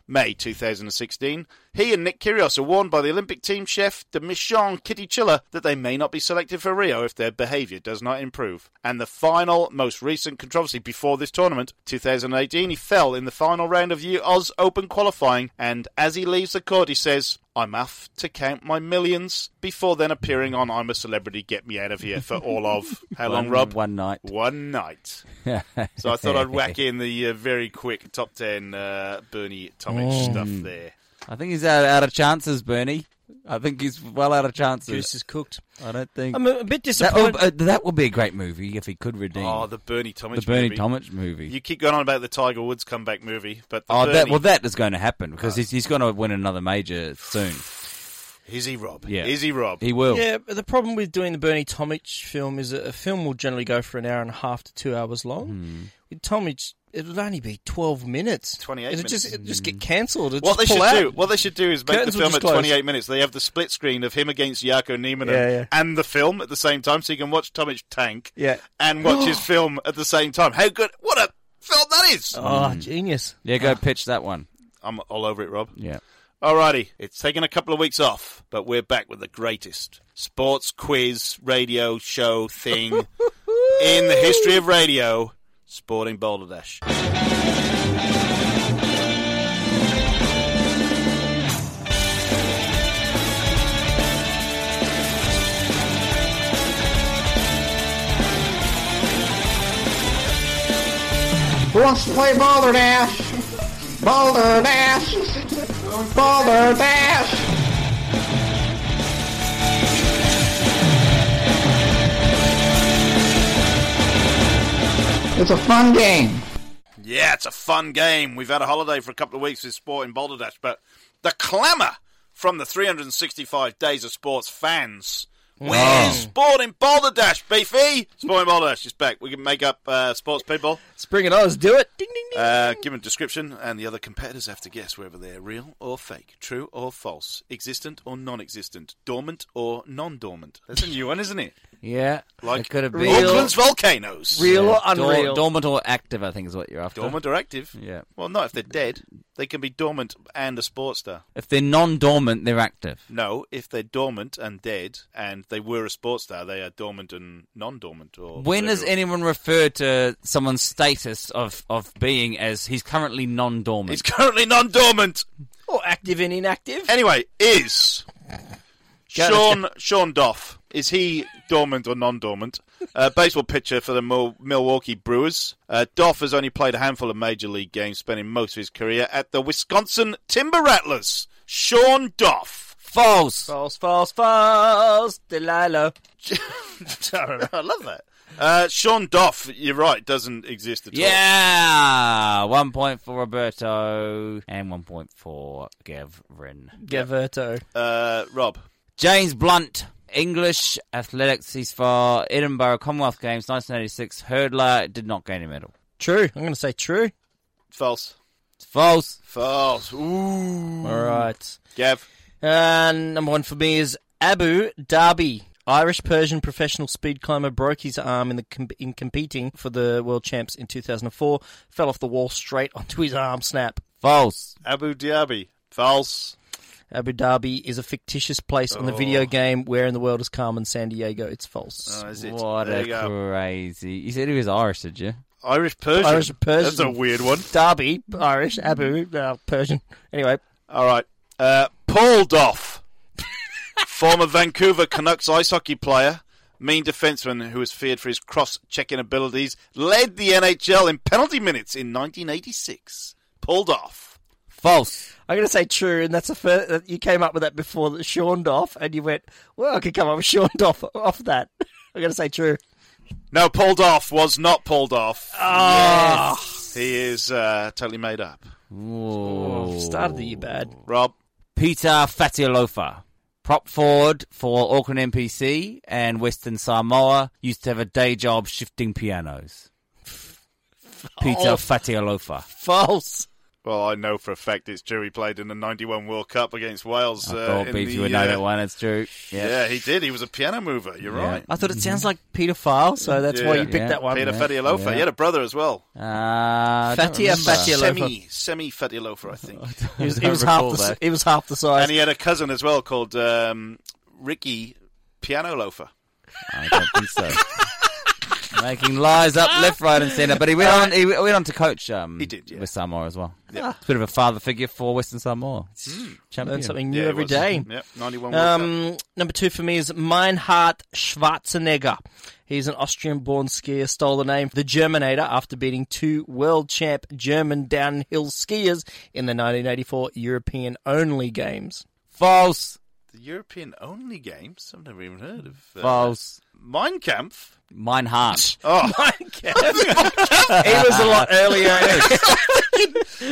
D: May 2016 he and Nick Kyrgios are warned by the Olympic team chef de Michon Kittychilla that they may not be selected for Rio if their behaviour does not improve. And the final, most recent controversy before this tournament, 2018, he fell in the final round of U- Oz Open qualifying, and as he leaves the court, he says, I'm off to count my millions before then appearing on I'm a Celebrity, Get Me Out of Here for all of, how long,
E: One-
D: Rob?
E: One night.
D: One night. So I thought I'd whack in the uh, very quick top 10 uh, Bernie Tomic
E: Mm.
D: stuff there.
E: I think he's out, out of chances, Bernie. I think he's well out of chances.
F: Juice is cooked.
E: I don't
D: Mm-hmm.
E: think.
F: I'm a, a bit
E: that would,
F: disappointed.
E: uh, that would be a great movie if he could redeem
D: Oh, the Bernie Tomic
E: the Bernie
D: movie.
E: Tomic movie.
D: You keep going on about the Tiger Woods comeback movie, but the
E: oh, that,
D: Bernie- Uh.
E: well, that is going to happen because he's, he's going to win another major soon.
D: is he Rob?
E: Yeah.
D: is he Rob?
E: He will.
F: Yeah, but the problem with doing the Bernie Tomich film is that a film will generally go for an hour and a half to two hours long.
D: Mm-hmm.
F: With Tomich, it would only be twelve minutes.
D: 28
F: It'd just
D: minutes.
F: it'd just get cancelled. It'd
D: What they
F: just
D: should
F: pull out.
D: do, what they should do, is make
F: Curtains
D: the film
F: will just
D: at
F: close.
D: 28 minutes. They have the split screen of him against Jaco Niemann
F: Yeah, yeah.
D: and the film at the same time, so you can watch Tomic tank
F: Yeah.
D: and watch his film at the same time. How good! What a film that is!
F: Oh, genius!
E: Yeah, go pitch that one.
D: I'm all over it, Rob.
E: Yeah.
D: Alrighty, it's taken a couple of weeks off, but we're back with the greatest sports quiz radio show thing in the history of radio, Sporting Boulder Dash.
M: Who wants to play Balderdash? Balderdash! Balderdash! It's a fun game.
D: Yeah, it's a fun game. We've had a holiday for a couple of weeks with sport in Boulder Dash, but the clamour from the 365 Days of Sports fans Where's Sporting Balderdash, Beefy? Sporting Balderdash is back. We can make up uh, sports people.
F: Spring it Oz, do it. Ding, ding,
D: ding. Uh, give 'em description, and the other competitors have to guess whether they're real or fake, true or false, existent or non existent, dormant or non dormant. That's a new one, isn't it?
E: Yeah,
D: Like
E: it could have been
D: real- Auckland's volcanoes. real or unreal?
E: dormant or active, I think is what you're after.
D: Dormant or active?
E: Yeah.
D: Well, not if they're dead. They can be dormant and a sports star.
E: If they're non-dormant, they're active.
D: No, if they're dormant and dead, and they were a sports star, they are dormant and non-dormant. Or
E: When
D: whatever
E: does anyone refer to someone's status of, of being as he's currently non-dormant?
D: He's currently non-dormant.
F: Or active and inactive.
D: Anyway, is Sean Sean Doff is he dormant or non-dormant? Uh, baseball pitcher for the Mil- Milwaukee Brewers. Uh, Doff has only played a handful of major league games, spending most of his career at the Wisconsin Timber Rattlers. Sean Doff.
E: False.
F: False, false, false. Delilah.
D: I love that. Uh, Sean Doff, you're right, doesn't exist at all.
E: Yeah, one point for Roberto and one point for Gavrin.
F: Gaverto.
D: Uh, Rob.
E: James Blunt, English athletics. He's for Edinburgh Commonwealth Games 1986. Hurdler did not gain a medal.
F: True. I'm going to say true.
D: False.
E: It's false.
D: False. Ooh.
F: All right.
D: Gav.
F: Uh, number one for me is Abu Dhabi. Irish Persian professional speed climber broke his arm in the com- in competing for the world champs in 2004. Fell off the wall straight onto his arm snap.
E: False.
D: Abu Dhabi. False.
F: Abu Dhabi is a fictitious place on the
D: Oh.
F: video game Where in the World is Carmen San Diego. It's false.
D: Oh, is it?
E: What
D: There
E: a
D: you go.
E: crazy. You said he was Irish, did you?
D: Irish Persian.
F: Irish Persian.
D: That's a weird one.
F: Dhabi, Irish, Abu, uh, Persian. Anyway,
D: All right. Uh, Paul Doff, former Vancouver Canucks ice hockey player, mean defenseman who was feared for his cross-checking abilities, led the NHL in penalty minutes in 1986. Paul Doff.
E: False.
F: I'm going to say true, and that's the first. You came up with that before that Sean Doff, and you went, well, I could come up with Sean Doff off that. I'm going to say true.
D: No, Paul Doff was not Paul Doff.
F: Ah.
D: He is uh, totally made up. Oh,
E: Ooh.
F: Started the year bad.
D: Rob.
E: Peter Fatialofa, prop forward for Auckland NPC and Western Samoa, used to have a day job shifting pianos.
D: Oh.
E: Peter Fatialofa.
F: False.
D: Well, I know for a fact it's true. He played in the 91 World Cup against Wales.
E: I
D: uh,
E: thought
D: in
E: Beef
D: the,
E: you would know
D: uh,
E: that one, it's true. Yeah.
D: Yeah, he did. He was a piano mover. You're
E: Yeah.
D: right.
F: I thought it sounds like pedophile, so that's why
D: Yeah.
F: you picked
E: Yeah.
F: that one.
D: Peter
E: Yeah.
D: Fatialofa.
E: Yeah.
D: He had a brother as well.
E: Uh, I don't
F: Fatia
E: remember.
F: Fatialofa.
D: Semi, semi Fatialofa, I think.
F: It was,
E: I
F: it
E: don't
F: was half
E: recall
F: the, s-
E: that.
F: it was half the size.
D: and he had a cousin as well called um, Ricky Piano Loafer.
E: I don't think so. Making lies up left, right, and centre. But he went on. He went on to coach. Um,
D: Uh, He did, yeah.
E: with Samoa as well.
D: Yeah. Hmm.
E: It's a bit of a father figure for Western Samoa. Champion.
F: Learn something new
D: Yeah, it
F: every
D: was.
F: day.
D: Yep, 91 World Cup.
F: Um, number two for me is Meinhard Schwarzenegger. He's an Austrian-born skier, stole the name the Germanator after beating two world champ German downhill skiers in the 1984 European-only games.
E: False.
D: The European only games? I've never even heard of. Uh,
E: False.
D: Mein Kampf?
E: Mine heart.
D: Oh,
F: He was a lot earlier.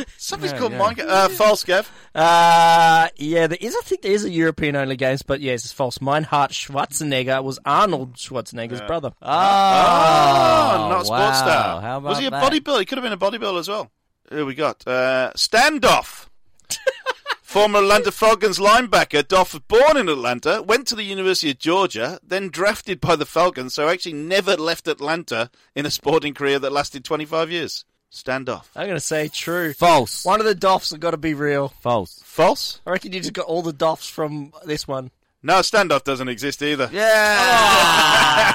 D: something's called Mein Kampf. Uh, false, Gav.
F: Uh, yeah, there is. I think there is a European-only games, but yes, it's false. Meinhard Schwarzenegger was Arnold Schwarzenegger's brother.
D: Ah,
E: Oh,
D: not a sports
E: wow.
D: star.
E: How about
D: Was he a
E: that?
D: bodybuilder? He could have been a bodybuilder as well. Who we got? Uh, Standoff. Former Atlanta Falcons linebacker Doff was born in Atlanta, went to the University of Georgia, then drafted by the Falcons, so actually never left Atlanta in a sporting career that lasted 25 years. Standoff.
F: I'm going to say true.
E: False.
F: One of the doffs have got to be real.
E: False.
D: False?
F: I reckon you just got all the doffs from this one.
D: No, Standoff doesn't exist either. Ah.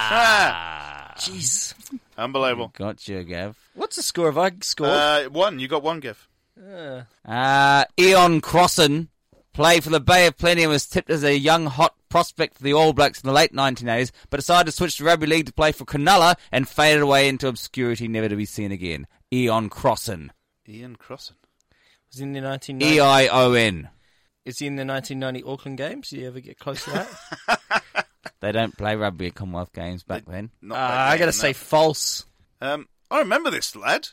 F: Jeez.
D: Unbelievable.
E: Ah. Got you, Gav.
F: What's the score? Have I scored?
D: Uh, one. You got one, Gav.
E: Uh, Eon Crossan played for the Bay of Plenty and was tipped as a young hot prospect for the All Blacks in the late 1980s, but decided to switch to rugby league to play for Cronulla and faded away into obscurity, never to be seen again. Eon Crossan.
D: Ian Crossan.
F: was in the 1990,
E: E I O N.
F: is he in the 1990 Auckland Games? Do you ever get close to that?
E: They don't play rugby at Commonwealth Games back then.
D: Not
F: uh,
D: bad,
F: I got to
D: no.
F: say false.
D: Um, I remember this lad.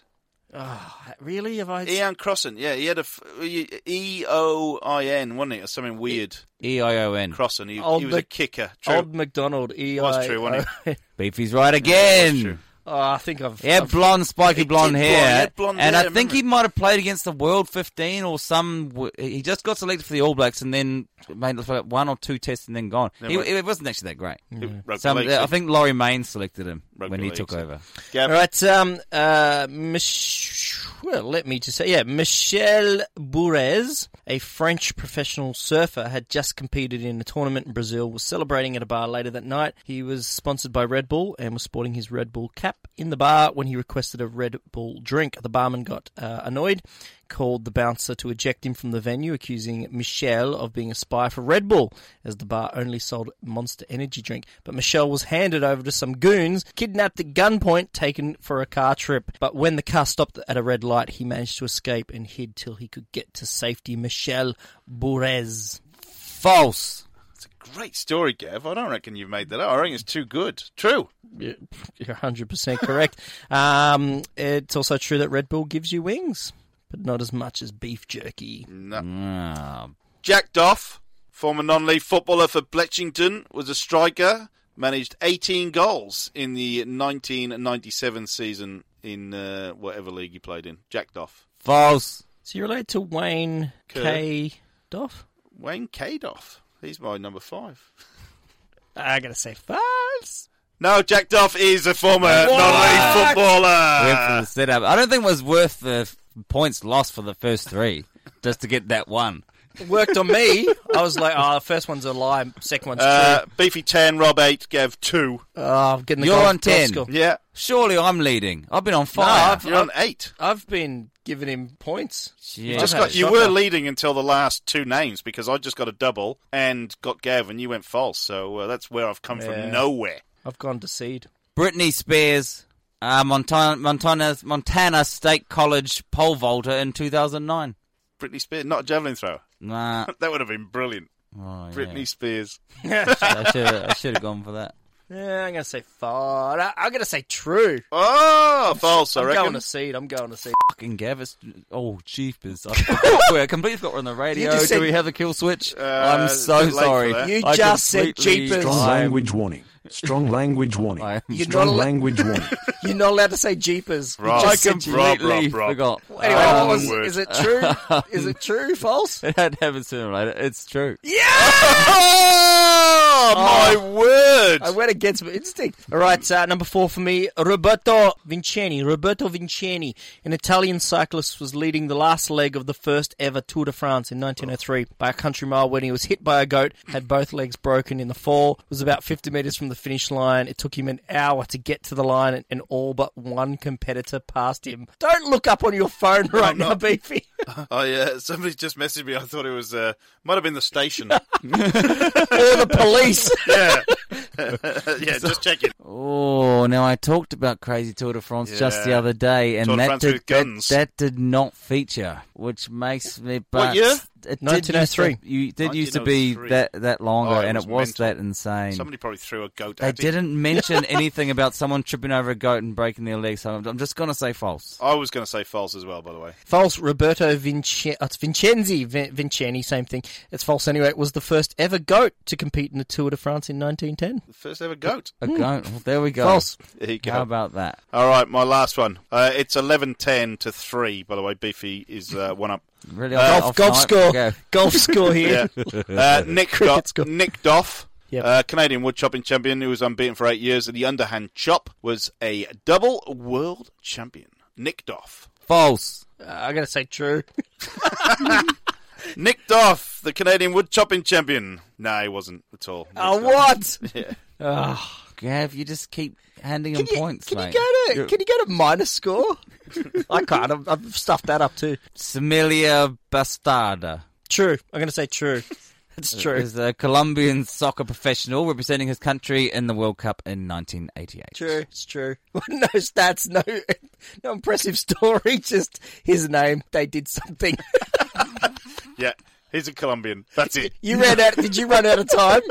F: Ah, really? Have I?
D: Ian Crossan, yeah, he had a f- E O I N, wasn't it, or something weird?
E: E I O N.
D: Crossan, he, he
F: Old
D: was a
F: Mc-
D: kicker. True.
F: Old McDonald. E I.
D: was true, wasn't it?
E: Beefy's right again.
F: Oh, I think I've.
E: He had
F: I've-
E: blonde, spiky
F: He did
E: blonde
F: blonde-
E: hair,
F: he had blonde
E: and
F: hair,
E: I think he might have played against the World 15 or some. w- He just got selected for the All Blacks and then made like one or two tests and then gone.
D: Then
E: he,
D: went-
E: it wasn't actually that great.
D: Yeah. Rugby
E: Some-
D: league,
E: I
D: so-
E: think Laurie Main selected him
D: Rugby
E: when he
D: league,
E: took
D: so-
E: over.
D: Gav.
F: All right. Um. Uh. Mich- well, let me just say, yeah, Michel Bourrez, a French professional surfer, had just competed in a tournament in Brazil. Was celebrating at a bar later that night. He was sponsored by Red Bull and was sporting his Red Bull cap in the bar when he requested a Red Bull drink. The barman got uh, annoyed, called the bouncer to eject him from the venue, accusing Michel of being a spy for Red Bull, as the bar only sold Monster Energy drink. But Michel was handed over to some goons, kidnapped at gunpoint, taken for a car trip. But when the car stopped at a red light, he managed to escape and hid till he could get to safety. Michel Bourrez.
E: False.
D: Great story, Gav. I don't reckon you've made that up. I reckon it's too good. True.
F: You're 100% correct. um, it's also true that Red Bull gives you wings, but not as much as beef jerky.
D: Jack Doff, former non league footballer for Bletchington, was a striker, managed 18 goals in the 1997 season in uh, whatever league he played in. Jack Doff.
E: False.
F: So you relate to Wayne
D: Kerr.
F: K. Doff?
D: Wayne K. Doff. He's my number five.
F: Ah, I gotta say false.
D: No, Jack Doff is a former non league footballer.
E: Went
F: Ah.
E: for the setup. I don't think it was worth the f- points lost for the first three just to get that one.
F: It worked on me. I was like, oh, the first one's a lie, second one's
D: Uh,
F: true.
D: Beefy 10, Rob 8, Gav 2.
F: Oh, I'm getting the
E: You're
F: gold-
E: on
F: gold
E: 10.
F: score.
D: Yeah.
E: Surely I'm leading. I've been on
F: No,
E: fire.
F: I've-
D: You're on
F: I've-
D: 8.
F: I've been giving him points.
D: You,
E: Yeah.
D: just
F: I've
D: got,
F: had a
D: you were
F: shocker.
D: leading until the last two names because I just got a double and got Gav and you went false. So uh, that's where I've come
F: Yeah.
D: from nowhere.
F: I've gone to seed.
E: Brittany Spears, uh, Montana, Montana, Montana State College pole vaulter in 2009.
D: Britney Spears, not a javelin thrower.
E: Nah.
D: that would have been brilliant.
E: Oh, yeah.
D: Britney Spears.
E: I should I should have gone for that.
F: Yeah, I'm gonna say false. I- I'm gonna say true.
D: Oh, false, I
F: I'm
D: reckon.
F: going to seed. I'm going to seed.
E: Fucking Gavis. Oh, jeepers. I, I completely forgot we're on the radio.
F: You just
E: Do
F: said-
E: we have the kill switch?
D: Uh,
E: I'm
D: a
E: so
D: bit late for
E: sorry.
D: that.
F: You
E: I
F: just said
E: completely-
F: jeepers.
N: Strong
E: I'm-
N: language warning. Strong language warning.
F: You're not,
N: Strong
F: allo-
N: language warning.
F: you're not allowed to say jeepers. You
D: Rob.
E: I
F: just said jeepers.
E: completely
D: Rob, Rob.
E: forgot.
F: Well, Anyway,
D: Um,
F: what was,
D: word.
F: is it true? Is it true? False?
E: That happens sooner or later. It's true.
D: Oh, my word.
F: I went against my instinct. All right, uh, number four for me, Roberto Vinceni. Roberto Vinceni, an Italian cyclist, was leading the last leg of the first ever Tour de France in 1903 by a country mile when he was hit by a goat, had both legs broken in the fall, was about 50 metres from the finish line. It took him an hour to get to the line, and, and all but one competitor passed him. Don't look up on your phone right now, Beefy.
D: I, uh, somebody just messaged me. I thought it was, uh, might have been the station.
F: or the police.
D: yeah. yeah, just checking.
E: Oh, now I talked about Crazy Tour de France just the
D: Yeah.
E: other day, and
D: Tour de
E: that
D: France
E: did,
D: with
E: that-
D: guns.
E: That, did not feature, which makes me. But
D: What year?
E: It did
F: 1903.
E: used to- You did used to be
D: 1903.
E: that that long ago,
D: Oh, it
E: and
D: was
E: it was
D: mental.
E: that insane.
D: Somebody probably threw a goat
E: they
D: at him.
E: didn't mention anything about someone tripping over a goat and breaking their leg, so I'm, I'm just going to say false.
D: I was going to say false as well, by the way.
F: False. Roberto Vincenzi, it's Vincenzi, Vin- Vincenzi, same thing. It's false anyway. It was the first ever goat to compete in the Tour de France in 1910.
D: The first ever goat.
E: A goat. Hmm. Well, there we go.
F: False.
D: There you go.
E: How about that?
D: All right, my last one. Uh, it's eleven ten to three. By the way, Beefy is uh, one up.
E: Really,
D: Uh,
E: off-
F: golf,
E: off
F: golf
E: night.
F: score,
E: Go.
F: golf score here.
D: Uh, Nick Do-
F: Cricket score.
D: Nick Doff,
F: Yep.
D: uh, Canadian wood chopping champion who was unbeaten for eight years, and the underhand chop was a double world champion. Nick Doff.
E: False.
F: Uh, I'm gonna say true.
D: Nick Doff, the Canadian wood chopping champion. No, he wasn't at all. Nick
F: Oh,
D: Doff.
F: what?
E: Gav, you just keep handing him
F: Can you,
E: points,
F: can you
E: mate.
F: go to
E: You're-
F: can you go to minus score? I can't. I've, I've stuffed that up too.
E: Similia Bastarda.
F: True. I'm gonna say true. It's true.
E: Uh, Is a Colombian soccer professional representing his country in the World Cup in 1988.
F: True, it's true. No stats, no, no impressive story. Just his name. They did something.
D: Yeah, he's a Colombian. That's it.
F: You ran out. Did you run out of time?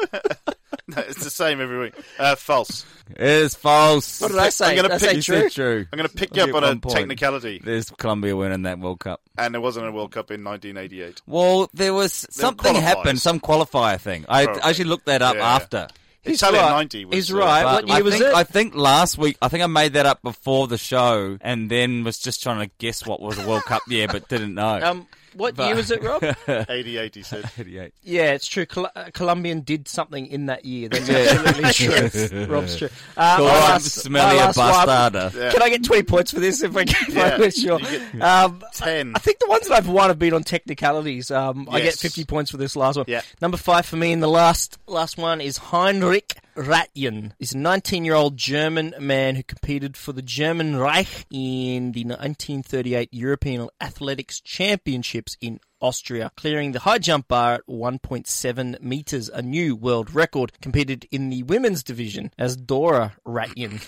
D: No, it's the same every week. Uh, false.
E: It is false.
F: What did I say?
D: I'm gonna
F: Did I
D: pick
F: say true?
E: It's true.
D: I'm going to pick you up
E: At
D: on
E: one
D: a
E: point.
D: technicality.
E: There's Colombia winning that World Cup.
D: And there wasn't a World Cup in 1988.
E: Well, there was
D: There
E: something
D: qualifies.
E: happened, some qualifier thing. I,
D: Probably.
E: I actually looked that up
D: Yeah, yeah.
E: after.
D: He's Italian right. 90 was, He's uh, right.
E: But
D: What year
E: I
D: was
E: think,
D: it?
E: I think last week, I think I made that up before the show and then was just trying to guess what was a World Cup year but didn't know.
F: Um, what
E: But-
F: year was it, Rob?
D: 88, he said.
E: 88.
F: Yeah, it's true. Col- uh, Colombian did something in that year. That's
E: Yeah.
F: absolutely true. Rob's true. Uh,
E: Call
F: my
E: him
F: last-
E: smelly
F: my
E: a
F: last one.
E: bastarda.
D: Yeah.
F: Can I get 20 points for this if I can?
D: Yeah,
F: Yeah, sure.
D: you get
F: Um,
D: 10.
F: I think the ones that I've won have been on technicalities. Um, I get
D: Yes.
F: 50 points for this last one.
D: Yeah.
F: Number five for me, and the last last one is Heinrich Ratjen. He's a 19 year old German man who competed for the German Reich in the 1938 European Athletics Championships in Austria, clearing the high jump bar at 1.7 meters, a new world record. Competed in the women's division as Dora Ratjen,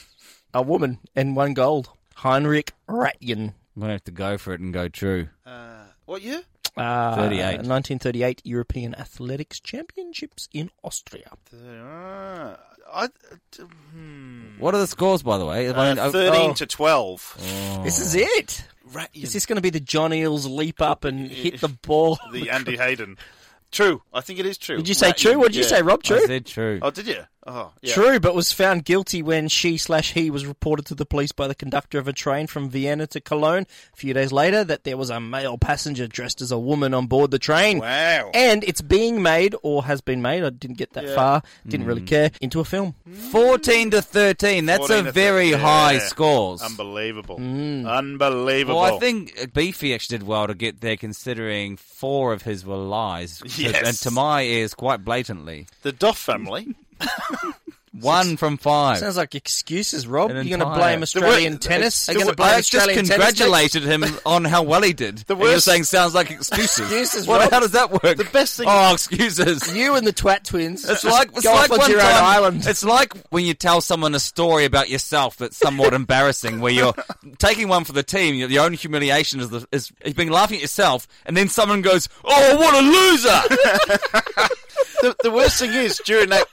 F: a woman, and won gold. Heinrich Ratjen.
E: I'm going to have to go for it and go true.
D: What year?
F: Uh,
E: 38.
F: 1938 European Athletics Championships in Austria.
D: Uh, I, uh, hmm.
E: What are the scores, by the way?
D: Uh, 13
E: oh.
D: to 12.
F: This is it. Is this going to be the John Eels leap up and hit the ball?
D: The Andy Hayden. True. I think it is true.
F: Did you say
D: Ratty.
F: true? What did you
D: Yeah.
F: say, Rob? True.
E: true.
D: Oh, did you? Oh, yeah.
F: True, but was found guilty when she slash he was reported to the police by the conductor of a train from Vienna to Cologne. A few days later, that there was a male passenger dressed as a woman on board the train.
D: Wow.
F: And it's being made or has been made. I didn't get that
E: Yeah.
F: far. Didn't really care. Into a film.
E: 14 to 13. That's
D: 14
E: a
D: to
E: very
D: 13.
E: high
D: Yeah.
E: scores.
D: Unbelievable. Unbelievable.
E: Well, I think Beefy actually did well to get there, considering four of his were lies,
D: Yes.
E: and to my ears, quite blatantly.
D: The Duff family.
E: One from five.
F: Sounds like excuses, Rob.
E: An
F: You're going to
E: entire-
F: blame Australian tennis. You're going to blame
E: I just
F: Australian tennis team?
E: congratulated him on how well he did.
F: The
E: and you're
F: worst-
E: saying sounds like excuses.
F: Excuses,
E: What-
F: Rob.
E: How does that work? The
D: best thing.
E: Oh, excuses.
F: You and the twat twins.
E: It's like it's
F: go
E: like
F: off
E: one
F: on your
E: time-
F: own island.
E: It's like when you tell someone a story about yourself that's somewhat embarrassing, where you're taking one for the team. Your, your own humiliation is, the, is you've been laughing at yourself, and then someone goes, "Oh, what a loser!"
D: the, the worst thing is, during that.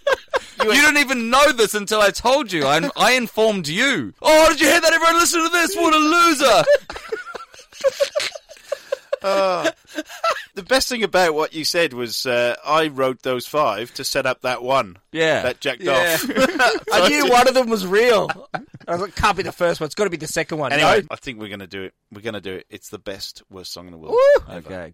E: you didn't even know this until I told you. I, I informed you. Oh, did you hear that? Everyone, listen to this. What a loser!
D: Uh, the best thing about what you said was uh, I wrote those five to set up that one.
E: Yeah.
D: That jacked
E: Yeah.
D: off.
F: I knew one of them was real. I was like, Oh, can't be the first one. It's got to be the second one.
D: Anyway, I think we're going to do it. We're going to do it. It's the best, worst song in the world.
E: Okay.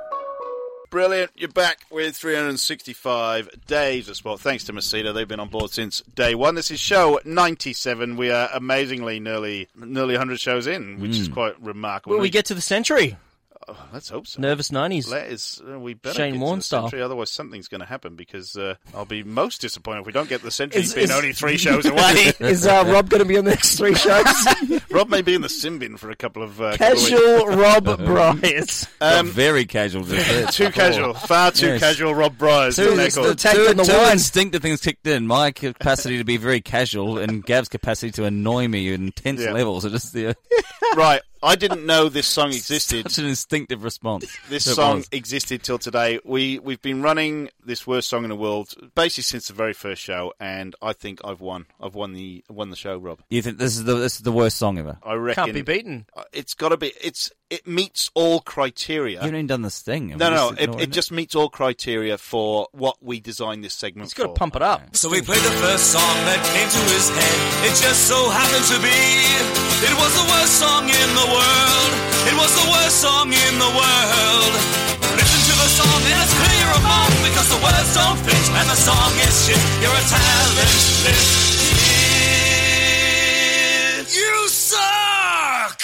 D: Brilliant. You're back with 365 days of sport. Thanks to Masita. They've been on board since day one. This is show 97. We are amazingly nearly nearly 100 shows in, which is
F: Mm.
D: quite remarkable.
F: Will we get to the century?
D: Oh, let's hope so.
F: Nervous 90s.
D: Let us- uh, we better
F: Shane
D: get
F: Warne
D: to the
F: style.
D: century, otherwise something's going to happen because uh, I'll be most disappointed if we don't get the century.
F: Is-
D: being
F: is-
D: only three shows away.
F: Is uh, Rob going to be on the next three shows?
D: Rob may be in the sin bin for a couple of uh, couple of
F: Casual
D: weeks.
F: Rob Bryant.
D: Um,
E: very casual.
D: too casual, far too
E: Yes.
D: casual. Rob Bryars.
E: Two,
D: isn't that
E: two,
D: called?
E: two, instinctive things kicked in. My capacity to be very casual and Gav's capacity to annoy me at intense
D: Yeah.
E: levels. Are just the,
D: right. I didn't know this song existed.
E: such an instinctive response.
D: This
E: It
D: song
E: was.
D: existed till today. We we've been running this worst song in the world basically since the very first show, and I think I've won. I've won the won the show, Rob.
E: You think this is the this is the worst song ever?
D: I reckon
F: be beaten.
D: Uh, It's got to be. It's it meets all criteria.
E: You haven't even done this thing.
D: no,
E: We're
D: no,
E: just
D: it,
E: ignoring
D: it just meets all criteria for what we designed this segment
F: He's
D: for.
F: got to pump it up.
O: So we played the first song that came to his head. It just so happened to be. It was the worst song in the world. It was the worst song in the world. Listen to the song and it's clear of mind because the words don't fit and the song is shit. You're a talentless kid. You suck.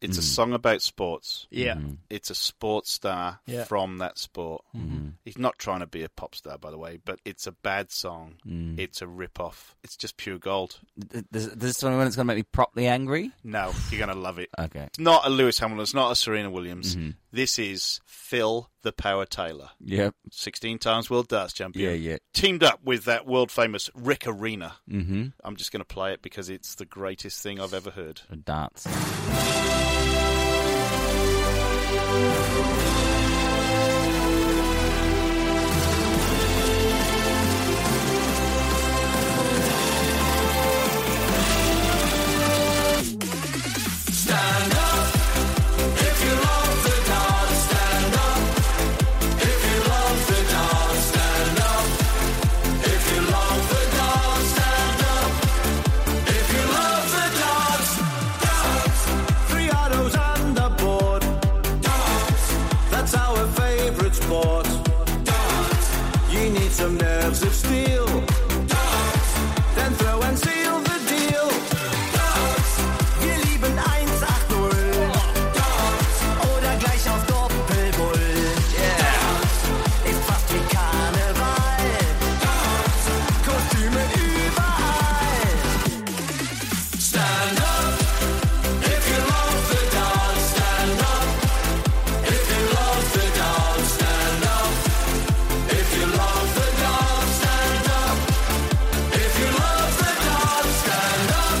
D: It's a song about sports.
F: Yeah. Mhm.
D: It's a sports star
F: Yeah.
D: from that sport.
F: Mhm.
D: He's not trying to be a pop star, by the way, but it's a bad song.
E: Mm.
D: It's a rip off. It's just pure gold.
E: Th- This, this is one when it's going to make me properly angry.
D: No, you're going to love it.
E: Okay.
D: It's not a Lewis Hamilton. It's not a Serena Williams.
E: Mhm.
D: This is Phil the Power Taylor.
E: Yep.
D: 16 times world darts champion.
E: Yeah, yeah.
D: Teamed up with that world famous Rick Arena.
E: Mhm.
D: I'm just going to play it because it's the greatest thing I've ever heard.
E: Darts.
I: Stand up if you love the dance. Stand up if you love the dance. Stand up if you love the dance. Stand up if you love the dance. Dance. Three autos on the board. Dance. That's our favorite sport. Dance. You need some nerves of steel. Dance. Then throw and seal the deal. Dance. Wir lieben 180. Dance. Oder gleich auf Doppelbull. Yeah. Dance. Ist fast wie Karneval. Dance. Kostüme überall. Stand up if you love the dance. Stand up if you love the dance. Stand up if you love the dance. Stand up if you love the dance. Stand up.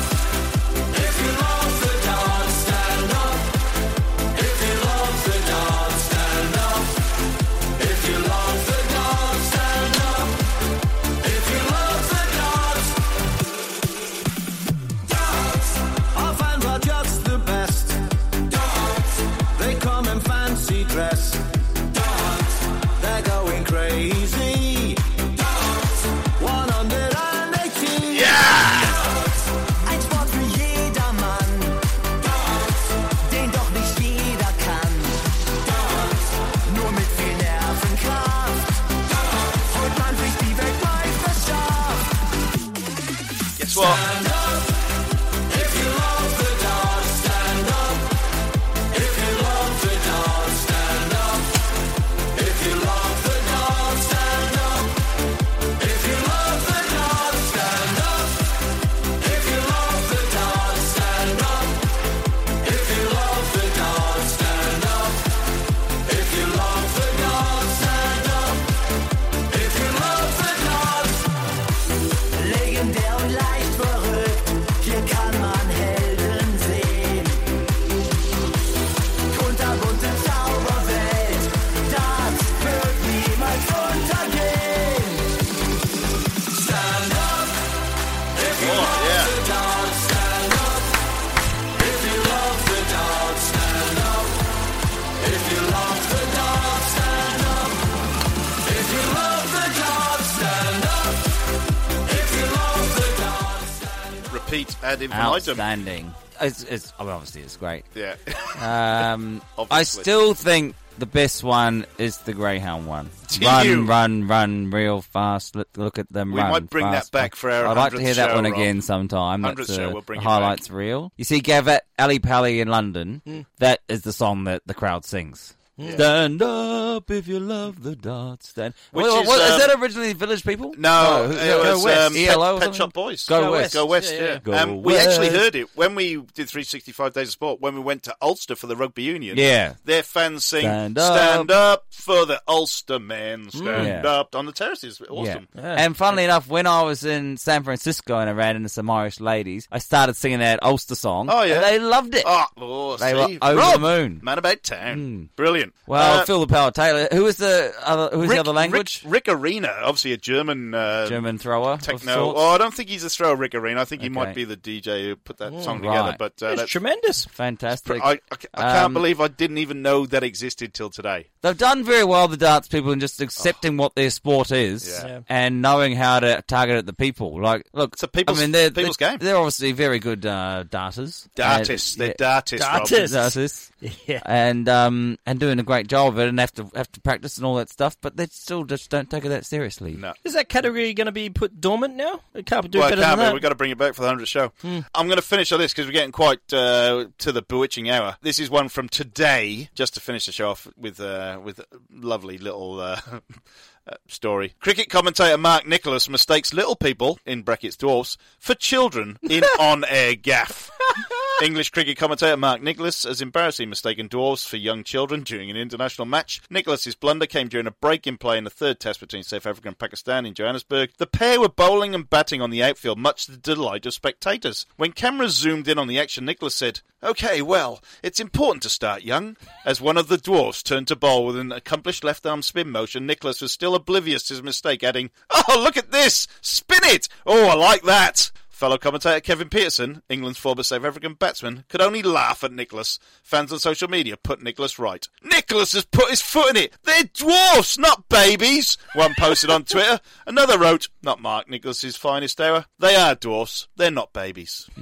I: If you love the dance, stand up. If you love the dance, stand up. If you love the dance, stand up. If you love the dance, dance. Our fans are just the best. Dance. They come in fancy dress. Dance. They're going crazy. Dance. 180. Yeah. Ein Sport für jedermann. Den doch nicht jeder kann. Nur mit viel Nervenkraft. Holt man sich die Weltmeisterschaft.
D: Guess what?
I: Stand up if you love the dance. Stand up if you love the dance. Stand up if you love the dance. Stand up if you love the dance. Stand up if you love the dance. Stand up if you love the dance. Stand up if you love the dance. Stand up if you love the dance. Legendär und leicht verrückt, hier kann man Helden sehen. Kunterbunte Zauberwelt, das wird niemals untergehen. Stand up, if you love the dance, stand up. If you love the dance, stand up. If you love the dance, stand up. If you love the dance, stand up. If you love the dance.
D: Repeat ad infinitum.
E: Outstanding. It's, it's, I mean, obviously, it's great.
D: Yeah.
E: Um, I
D: Obviously.
E: still think the best one is the Greyhound one.
D: Do
E: Run,
D: you?
E: run, run, real fast. Look, look at them
D: We
E: run.
D: might bring that
E: fast,
D: back
E: fast.
D: for our
E: I'd like to
D: 100th
E: hear that
D: show,
E: one
D: Rob.
E: again sometime.
D: 100th
E: That's,
D: show,
E: uh,
D: we'll bring it
E: highlights real. You see, Gavette Ali Pally in London.
D: Mm.
E: That is the song that the crowd sings.
D: Yeah.
E: Stand up if you love the darts. Stand.
D: Which
E: Wait,
D: is,
E: what-
D: um,
E: that originally Village People? Oh,
D: No,
E: who-
D: it
E: Go
D: was,
E: West,
D: um, Pet-
E: ELO E or
D: Pet,
E: something?
D: Shop Boys.
E: Go, West.
D: Go West. Yeah. um, We actually heard it when we did 365 Days of Sport. When we went to Ulster for the rugby union,
E: Yeah.
D: their fans sing "Stand
E: Stand
D: up,
E: up. Mm.
D: for the Ulster men, stand
E: Yeah.
D: up" on the terraces. Awesome.
E: Yeah. And funnily enough, when I was in San Francisco and I ran into some Irish ladies, I started singing that Ulster song.
D: Oh yeah,
E: And they loved it.
D: Oh, oh,
E: They
D: see?
E: were over
D: Rob,
E: the moon. Hmm.
D: Man about town, brilliant.
E: Well,
D: Uh,
E: Phil the Power Taylor. Who was the other? Who was
D: Rick-
E: the other language?
D: Rick, Rick Arena, obviously a German uh,
E: German thrower. of
D: techno.
E: sorts.
D: Oh, I don't think he's a thrower, Rick Arena. I think he might be
E: Okay.
D: the DJ who put that
E: Mm.
D: song together.
E: Right.
D: But uh,
E: It's
D: that's-
F: tremendous,
E: fantastic.
D: I, I, I can't
E: Um,
D: believe I didn't even know that existed till today.
E: They've done very well, the darts people, in just accepting what their sport is
D: Oh. Yeah. Yeah.
E: and knowing how to target at the people. Like, look, it's a
D: people's-
E: I mean, they're,
D: people's
E: they're, game. They're obviously very good uh, darters.
D: Dartists. They're dartists, Rob. Dartists.
E: Dartists.
F: Yeah.
E: And um, and doing doing a great job of it and have to have to practice and all that stuff, but they still just don't take it that seriously. No.
F: Is that category going to be put dormant now? It can't do
D: well,
F: better
D: it can't
F: than
D: be.
F: that. Hmm.
D: We've got to bring it back for the 100th show. I'm going to finish on this because we're getting quite uh, to the bewitching hour. This is one from today, just to finish the show off with, uh, with a lovely little uh, uh, story. Cricket commentator Mark Nicholas mistakes little people, in brackets dwarfs, for children in on air gaff. English cricket commentator Mark Nicholas has embarrassingly mistaken dwarfs for young children during an international match. Nicholas's blunder came during a break in play in the third test between South Africa and Pakistan in Johannesburg. The pair were bowling and batting on the outfield, much to the delight of spectators. When cameras zoomed in on the action, Nicholas said, Okay, well, it's important to start young. As one of the dwarfs turned to bowl with an accomplished left arm spin motion, Nicholas was still oblivious to his mistake, adding, Oh, look at this! Spin it! Oh, I like that! Fellow commentator Kevin Peterson, England's former South African batsman, could only laugh at Nicholas. Fans on social media put Nicholas right. Nicholas has put his foot in it. They're dwarfs, not babies. One posted on Twitter. Another wrote, "Not Mark Nicholas's finest hour. They are dwarfs. They're not babies."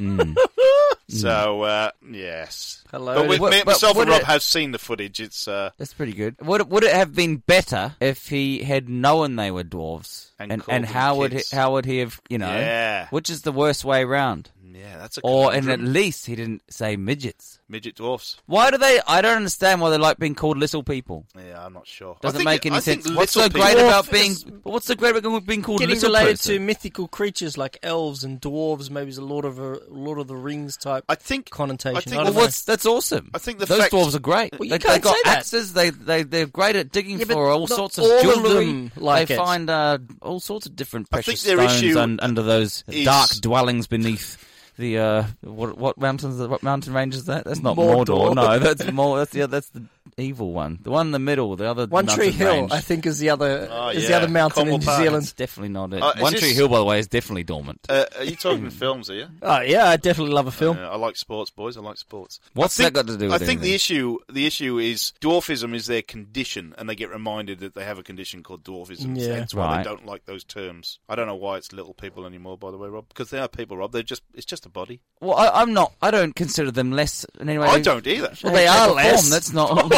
D: So uh, yes,
E: Hello.
D: But with
E: What-
D: me,
E: but
D: myself
E: would
D: and Rob
E: it-
D: have seen the footage. It's uh,
E: That's pretty good. Would would it have been better if he had known they were dwarves?
D: And
E: and,
D: called them
E: how would he,
D: kids.
E: how would he have you know?
D: Yeah. Mm.
E: Which is the worst way around?
D: Yeah, that's a
E: or and at
D: conundrum.
E: least he didn't say midgets.
D: midget dwarfs.
E: Why do they? I don't understand why they like being called little people.
D: Yeah, I'm not sure. I
E: Doesn't
D: think-
E: make any
D: I think
E: sense. What's so
D: little
E: great
D: people-
E: about being? What's so great about being called
F: Getting
E: little
F: related
E: person?
F: to mythical creatures like elves and dwarves, maybe it's a Lord of a Lord of the Rings type. I
D: think
F: connotation. I
E: well,
F: don't
E: what's,
F: know.
E: that's awesome.
F: I think the
E: those
F: fact-
E: dwarves are great.
F: Well, you
E: they,
F: can't
E: have got
F: say that.
E: axes. They they they're great at digging
F: Yeah, but
E: for all
F: not
E: sorts of
F: all of
E: jewelry.
F: them like
E: they
F: it.
E: find uh, all sorts of different
D: I think
E: precious
D: their
E: stones
D: issue
E: un- under those
D: is-
E: dark dwellings beneath. The uh, what what mountains? What mountain range is that? That's not
F: Mordor.
E: Mordor. No, that's more. That's the that's the evil one. The one in the middle. The other
F: One Tree
E: mountain
F: Hill,
E: range.
F: I think, is the other
D: Oh,
F: is the
D: yeah.
F: other mountain
D: Cornwall
F: in New
D: Park.
F: Zealand.
E: It's definitely not it.
D: Uh, is
E: One
D: this-
E: Tree Hill, by the way, is definitely dormant.
D: Uh, are you talking films? Are you?
F: Oh yeah, I definitely love a film.
D: Yeah, I like sports, boys. I like sports.
E: What's
D: I think-
E: that got to do
D: I
E: with
D: think
E: anything?
D: the issue the issue is dwarfism is their condition, and they get reminded that they have a condition called dwarfism.
E: Yeah.
D: That's why they
E: Right.
D: don't like those terms. I don't know why it's little people anymore, by the way, Rob. Because they are people, Rob. They're just it's just a body.
E: Well, I, I'm not. I don't consider them less in any way.
D: I don't either.
E: Well, they
D: Shape
E: are
D: or
E: less.
D: form,
E: That's not.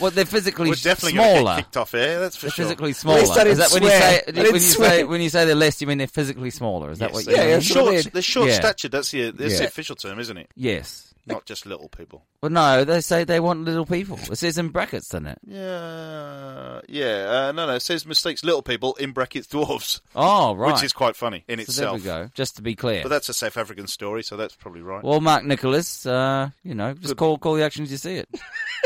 E: well, they're physically
D: We're definitely gonna
E: smaller.
D: get kicked off air. That's for
E: They're
D: sure.
E: physically
D: At
E: smaller.
D: least I
E: is that
D: didn't
E: when
D: swear.
E: you
D: I
E: say
D: didn't
E: when you say
D: swear.
E: when you say they're less? You mean they're physically smaller? Is that
D: Yes,
E: what?
D: they
E: you
D: are.
E: mean?
D: short, they're short
E: Yeah.
D: statured. That's the that's the
E: Yeah.
D: official term, isn't it?
E: Yes.
D: Not just little people.
E: Well, no, they say they want little people. It says in brackets, doesn't it?
D: Yeah, yeah. Uh, no, no. It says mistakes little people in brackets dwarves.
E: Oh, right.
D: Which is quite funny in
E: So
D: itself.
E: There we go. Just to be clear.
D: But that's a South African story, so that's probably right.
E: well, Mark Nicholas, uh, you know, just call call the actions you see it.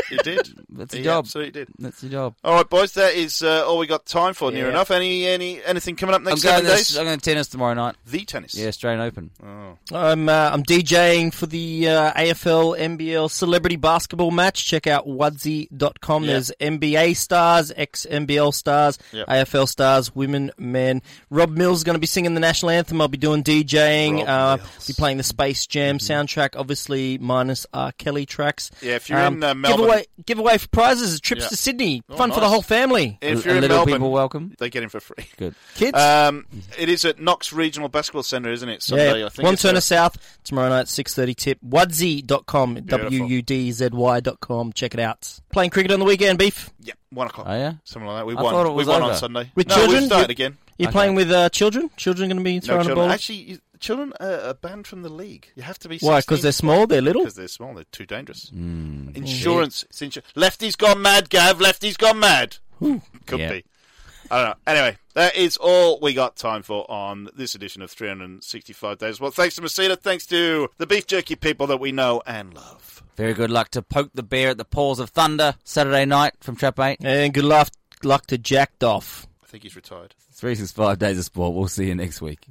D: He did.
E: That's
D: he
E: your job.
D: Absolutely did.
E: That's your job.
D: All right, boys. That is uh, all we got time for. Near
E: Yeah.
D: enough. Any any anything coming up next
E: I'm going
D: seven days?
E: this- I'm going to tennis tomorrow night.
D: The tennis.
E: Yeah, Australian Open.
D: Oh.
F: I'm uh, I'm DJing for the uh, AFL NBL celebrity basketball match. Check out wadzi.com.
E: Yeah.
F: There's NBA stars, ex NBL stars,
E: Yep.
F: AFL stars, women, men. Rob Mills is going to be singing the national anthem. I'll be doing DJing. Uh, be playing the Space Jam soundtrack, obviously minus R. Kelly tracks.
D: Mm-hmm.
F: Um,
D: Yeah, if you're in, uh, Melbourne-
F: giveaway giveaway for prizes, is trips
D: Yeah.
F: to Sydney,
D: Oh,
F: fun for the
D: nice.
F: whole family.
D: If you're in Melbourne, They get in for free.
E: Good.
F: Kids?
D: Um, it is at Knox Regional Basketball Centre, isn't it? Sunday, I think.
F: One
D: it's uh,
F: Turner
D: at-
F: South, tomorrow night, 6.30 tip. Wadzy.com,
D: Beautiful.
F: W-U-D-Z-Y.com. Check it out. Playing cricket on the weekend, Beef?
D: Yeah, one o'clock.
E: Oh, yeah?
D: Something like that. We
E: I
D: won.
E: thought it
D: we
E: was
D: won on
E: over.
D: Sunday.
F: With
D: no,
F: children?
D: We've started
F: You-
D: again.
F: You're playing with uh, children? Children going to be
D: No
F: throwing a
D: children.
F: ball?
D: Actually, you, children are, are banned from the league. You have to be.
F: Why, 'cause they're small, they're little?
D: Because they're small, they're too dangerous. Insurance. It's insur- Lefty's gone mad, Gav. Lefty's gone mad. Could
E: Yeah.
D: be. I don't know. Anyway, that is all we got time for on this edition of 365 Days. Well, thanks to Masita. Thanks to the beef jerky people that we know and love.
E: Very good luck to Poke the Bear at the Paws of Thunder Saturday night from Trap 8.
F: And good luck, luck to Jack Doff.
D: I think he's retired.
E: 365 Days of Sport. We'll see you next week.